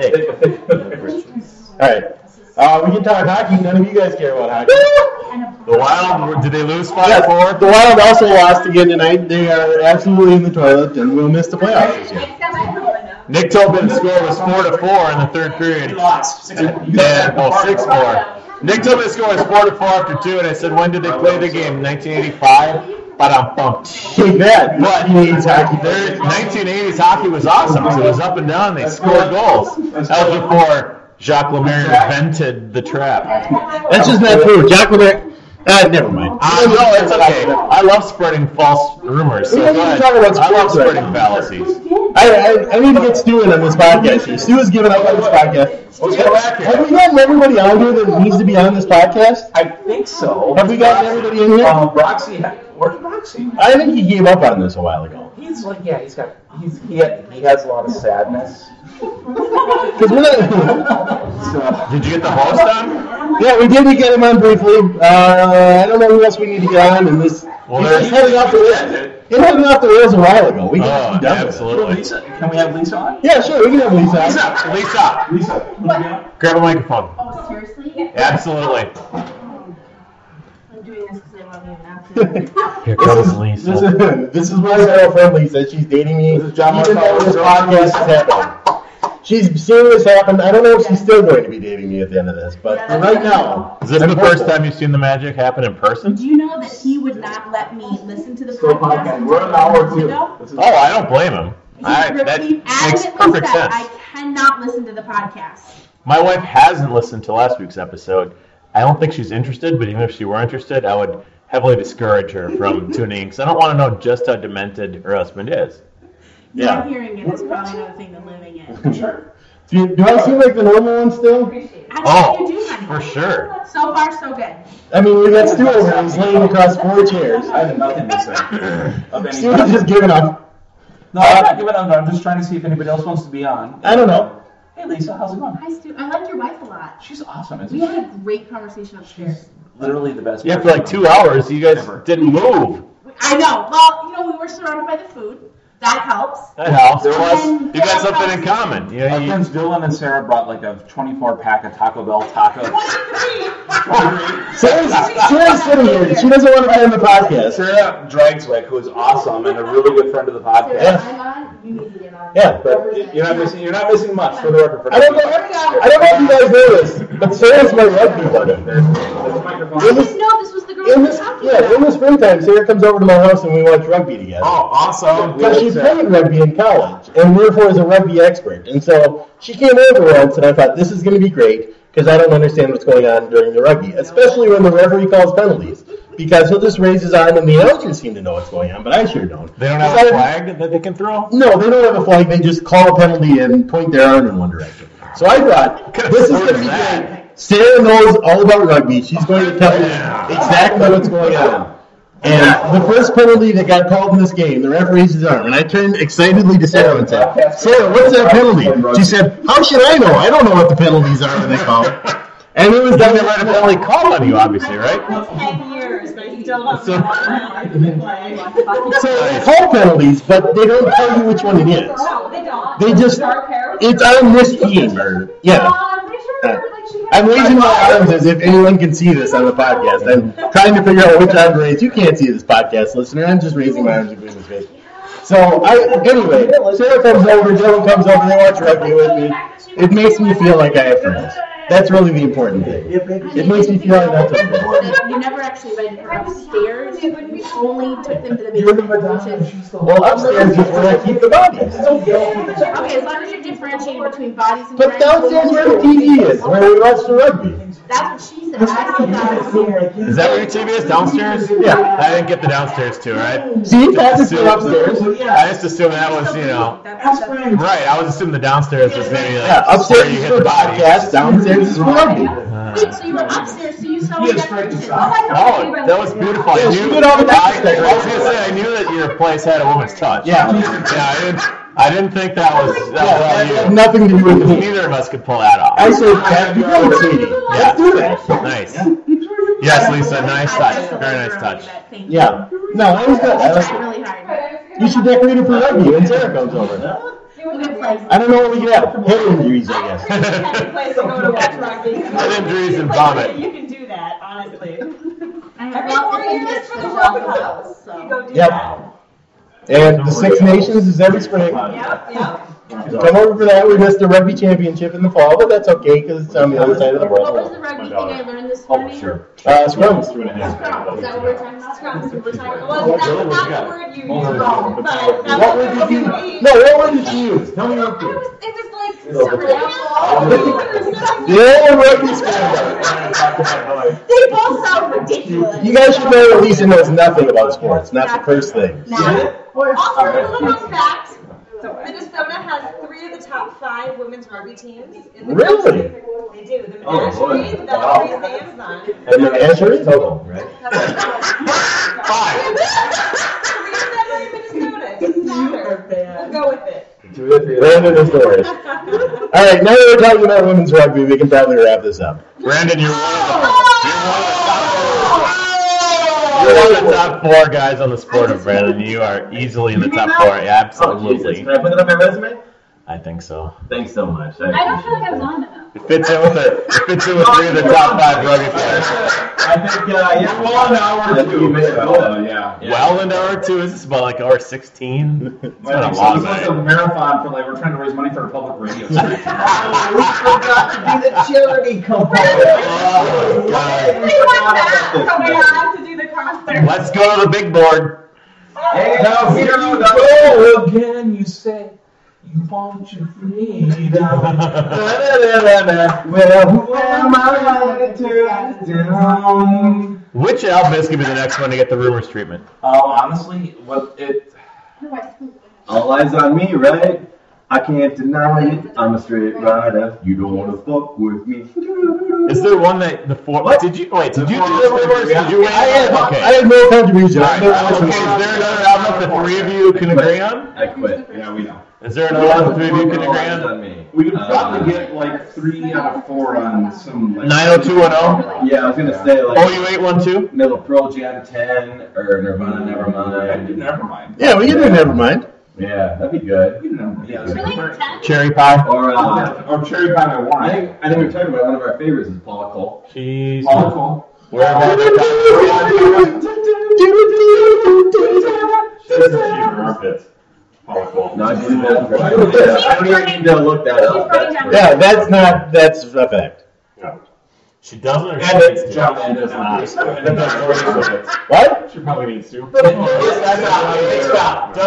Thick. All right. Uh, we can talk hockey. None of you guys care about hockey. The Wild, did they lose five Yes, four? the Wild also lost again tonight. They are absolutely in the toilet and will miss the playoffs this year. Nick Tobin score was four to four in the third period. lost. Six- And well, Oh, six four. Nick Tobin score was four to four after two, and I said, when did they play the game? 1985. But I'm pumped. Take that. But 1980s hockey. their 1980s hockey was awesome. 'cause It was up and down. They scored goals. That was before Jacques Lemaire invented the trap. That's just not true. Jack Lemaire. Uh, never mind. Uh, no, it's okay. I love spreading false rumors. So We don't go even ahead. talk about I love sports right now. spreading fallacies. I, I, I need to get Stu in on this podcast here. Stu has given up on this podcast. Let's go back Have here. we gotten everybody on here that needs to be on this podcast? I think so. Have we gotten everybody in here? Um, Roxy, where's Roxy? I think he gave up on this a while ago. He's like, yeah, he's got, he's he, ha- he has a lot of sadness. 'Cause we're not- So Did you get the host on? yeah, we did get him on briefly. Uh, I don't know who else we need to get on, and this Well, it's there's- heading off the rails. It's heading off the rails a while ago. We got Oh, to be done with it. absolutely. Lisa, can we have Lisa on? Yeah, sure, we can have Lisa. on. Lisa, Lisa, Lisa. grab a microphone. Oh, seriously? Absolutely. I'm doing this because I want to be an actor. Here comes Lisa. This is, this is my girlfriend Lisa. She's dating me. This is John even though Marcello's this podcast is happening. She's seen this happen. I don't know if she's still going to be dating me at the end of this, but for right now, Is this the first time you've seen the magic happen in person? Do you know that he would not let me listen to the So, podcast? podcast, until we're an a hour month two. ago? This is- Oh, I don't blame him. He I, that repeat- makes adamantly perfect said, I sense. cannot listen to the podcast. My wife hasn't listened to last week's episode. I don't think she's interested, but even if she were interested, I would heavily discourage her from tuning because I don't want to know just how demented her husband is. Not hearing it is probably another thing than living it. do, do I seem like the normal one still? I don't Oh, think you do, honey. for sure. So far, so good. I mean, we got Stu over. here. He's laying across four chairs. I have nothing to say. of any Stu has just given up. No, I'm not giving up. I'm just trying to see if anybody else wants to be on. I don't know. Hey, Lisa, how's it going? Hi, Stu. I like your wife a lot. She's awesome, isn't We she? had a great conversation upstairs. Literally the best. Yeah, for like two hours, you guys didn't move. We- I know. Well, you know, we were surrounded by the food. That helps. That helps. There was- And you got then- something in common. You know, My friends Dylan and Sarah brought like a 24 pack of Taco Bell tacos. Sarah's, Sarah's sitting here. She doesn't want to be on the podcast. Sarah Dragswick, who is awesome and a really good friend of the podcast. Yeah, but you're not missing you're not missing much for the record. For I don't know. I don't know if you guys know this, but Sarah's my rugby buddy. In this, no, this was the girl in this, yeah, in the springtime, Sarah comes over to my house and we watch rugby together. Oh, awesome! Because she played rugby in college and therefore is a rugby expert. And so she came over once and I thought, this is going to be great because I don't understand what's going on during the rugby, especially when the referee calls penalties. Because he'll just raise his arm and the announcers seem to know what's going on, but I sure don't. They don't have a flag that they can throw? No, they don't have a flag. They just call a penalty and point their arm in one direction. So I thought, this is going to be great. Sarah knows all about rugby. She's going to tell you exactly what's going on. And the first penalty that got called in this game, the referee's his arm. And I turned excitedly to Sarah and said, Sarah, what's that penalty? She said, How should I know? I don't know what the penalties are when they call. it." And it was that they right a penalty call on you, obviously, right? ten years, but you still don't know. So they call penalties, but they don't tell you which one it is. No, Oh, they don't. They just, Dark hair. it's on this team, or, yeah. Uh, I'm raising my arms as if anyone can see this on the podcast. I'm trying to figure out which arm to raise. You can't see this podcast, listener. I'm just raising my arms in Greenman's face. So, I, anyway, Sarah comes over, Dylan comes over, they watch rugby with me. It makes me feel like I have friends. That's really the important thing. It makes me feel like that's a friend. You never actually invited her upstairs. You only took them to the basement, which is Well, upstairs is where I keep the bodies. okay. As long as you're differentiating between bodies and But downstairs where the TV is, where we watch the rugby. That's what she said. I thought that was Is that where your TV is? Downstairs? Yeah. I didn't get the downstairs too, right? See, Just Pat just assume- went upstairs. I just assumed that was, you know. Right, I was assuming the downstairs was maybe like Yeah, where upstairs you is hit for the body. Uh, podcast, downstairs is for rugby. Wait, so you were upstairs, so you saw what decorations. Oh, that was beautiful. I Yeah, she knew, did all the I, dance I was gonna say I knew that your place had a woman's touch. Yeah. yeah. I didn't. I didn't think that was that was all had you. nothing to do with me. Neither of us could pull that off. I said, Pat, you go with me. Yeah. do that. Nice. Yes, Lisa. Nice touch. Very nice touch. Yeah. No, that was good. I I was- really hard. you should decorate it for rugby when Sarah comes over. I don't know what we get. Head injuries, I guess. Place to go to watch rugby. Head injuries and vomit. You can do that, honestly. Every four years for the World Cup. You go do that. Yep. And the Six Nations is every spring. Yep, yep. Come over for that. We missed the rugby championship in the fall, but that's okay because it's on the other side of the What was world. the rugby thing I learned this morning? Sure. Uh, scrums. Scrum. Is that what we're talking about? Scrum. We're talking. Well, that's not the word you use, wrong, but Oh, What that was word what did you? you No, what word did you use? Tell me what word. It's just like The only rugby scrum. They both sound ridiculous. You guys should know Lisa knows nothing about sports. and That's the first thing. Also, Also, little known fact: Minnesota has three of the top five women's rugby teams. In the Really? Country. They do. The Oh, boy. Menagerie, the Valkyries, the Amazon. And the answer is total, right? Three of them are in Minnesota. It doesn't matter. We'll go with it. Brandon is Doris. All right, now that we're talking about women's rugby, we can probably wrap this up. Brandon, you're one of Oh! the you're one of the top four guys on the sport of Brandon. You are easily in the top four. Yeah, absolutely. Can I put that on my resume? I think so. Oh, Thanks so much. I don't feel like I was on it. It fits in with the it fits in with three of the top five rugby players. I think uh, you're well an hour two. yeah. Well into hour two. Is this about like hour sixteen? It's been I a think so. long This was night. a marathon for like we're trying to raise money for a public radio station. We forgot to do the charity component. We want that. So we have to do the concert. Let's go to the big board. Now here you go again. You say you want your freedom. Well, who am I to down? Which album is gonna be the next one to get the rumors treatment? Oh, honestly, what it? All eyes on me, right? I can't deny it. I'm a straight rider. You don't want to fuck with me. Is there one that the four? Did you wait? Did you do the rumors? Did you win? I had, Okay. I had no contribution. I Alright, never okay, listened. is there another album that the three of you can agree on? I quit. Yeah, we know. Is there another one that the three of you can agree on? We could probably get like three out of four on some. Like, 90210? Yeah, I was gonna say like. Oh, you eight one two? Middle Pro Jam ten or Nirvana Nevermind. Nevermind. Yeah, we can do Nevermind. Yeah, that'd be good. Yeah, Cherry pie. Or, uh, or cherry pie by wine. I think, I think we've talked about one of our favorites is Paul Cheese. Paul Cole. Wherever No, I believe that's right. I don't even need to look that up. That's right. Yeah, that's not. That's a fact. She doesn't. Ah. she needs to? John Lennon doesn't. What? She probably needs to. Does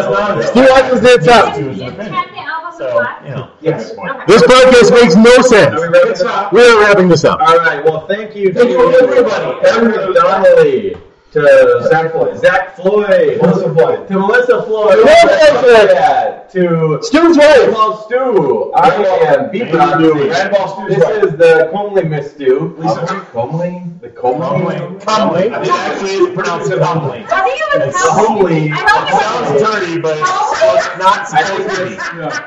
not. Stu Atkins did something. Yes. This podcast makes no sense. We are wrapping this up. All right. Well, thank you to everybody. Everybody, Donnelly, to Zach Floyd, Zach Floyd, Melissa Floyd, to Melissa Floyd, Melissa Floyd. Yeah, to Stu's wife. Ball Stu. I am B Brown. Red Ball Stu. This is the Comely Miss Stu. Comely, the Comely, Comely. It actually is pronounced Comely. I think it was It's homely. It sounds dirty, but it's not supposed to be.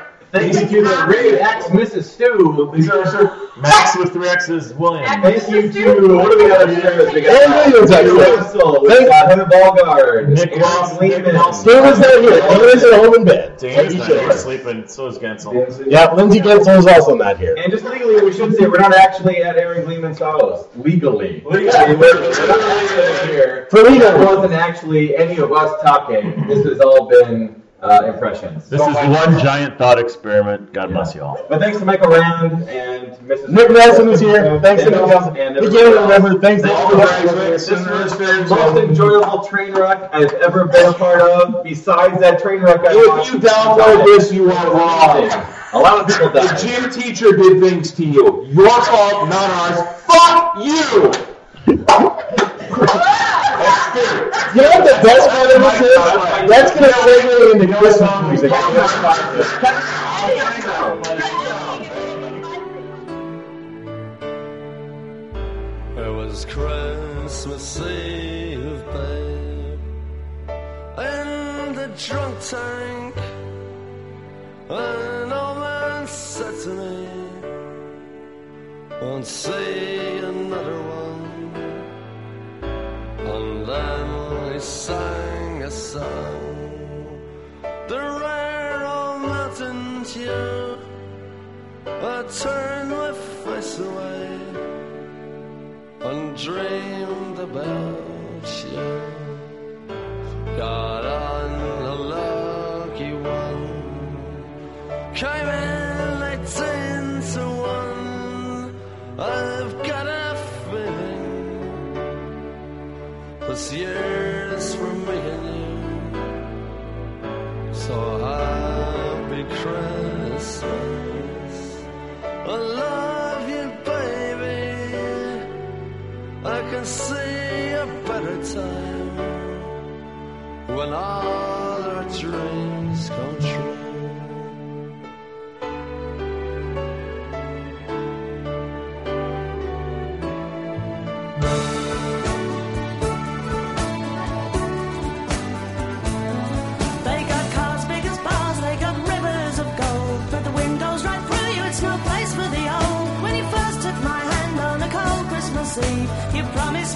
Thank you to the Rated X Mrs. Stu. These are our Max with three X's, William. Thank you to what do we got upstairs? We got And Williams, Nick actually. Russell. We got Heather Ballgard. Nick Ross. Lehman. Stu is not here. He is at home in bed. Dan's Like not he should. here sleeping, so is Gensel. Yeah, Lindsay Gensel is also not here. And just legally, we should say we're not actually at Aaron Gleeman's house. Legally. Legally, we're, we're not really here. For legal. There wasn't actually any of us talking. This has all been uh, impressions. This So is my- one giant thought experiment. God bless you all. But thanks to Michael Rand and Mrs. Nick Nelson is here. Thanks to Nick Nelson. And We can't remember. Thanks to Thanks all to the Brad Swick. listeners. This was the most enjoyable train wreck I've ever been a part of. Besides that train wreck, I If you download this, you are wrong. A lot of people The gym teacher did things to you. Your fault, not ours. Fuck you! You know what the best part of this is? That's going to segue into Christmas music. It was Christmas Eve, babe, in the drunk tank. An old man said to me, Won't see another one. And then he sang a song, the rare old mountain tune. I turned my face away and dreamed about you. Got on the lucky one, came in eighteen to one. I've got a feeling this year's for me and you. So happy Christmas. I love you, baby. I can see a better time when all our dreams come true. They got cars big as bars, they got rivers of gold. But the wind goes right through you, it's no place for the old. When you first took my hand on a cold Christmas Eve, you promised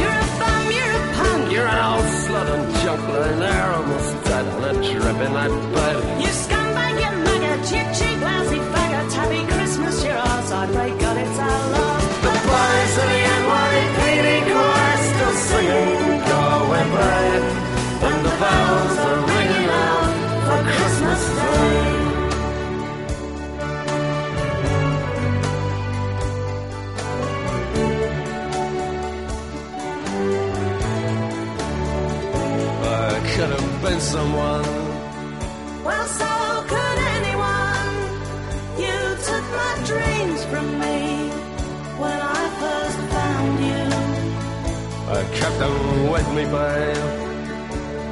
You're a bum, you're a punk. You're an old slut and junk lying there, almost dead on a dripping night bed. You scumbag, you maggot, you cheap, lousy faggot. wet me by.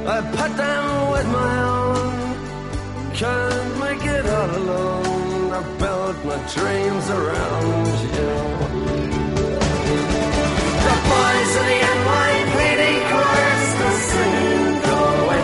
I pat them with my own. Can't make it all alone. I built my dreams around you. The boys of the NYPD chorus are singing "Go Away,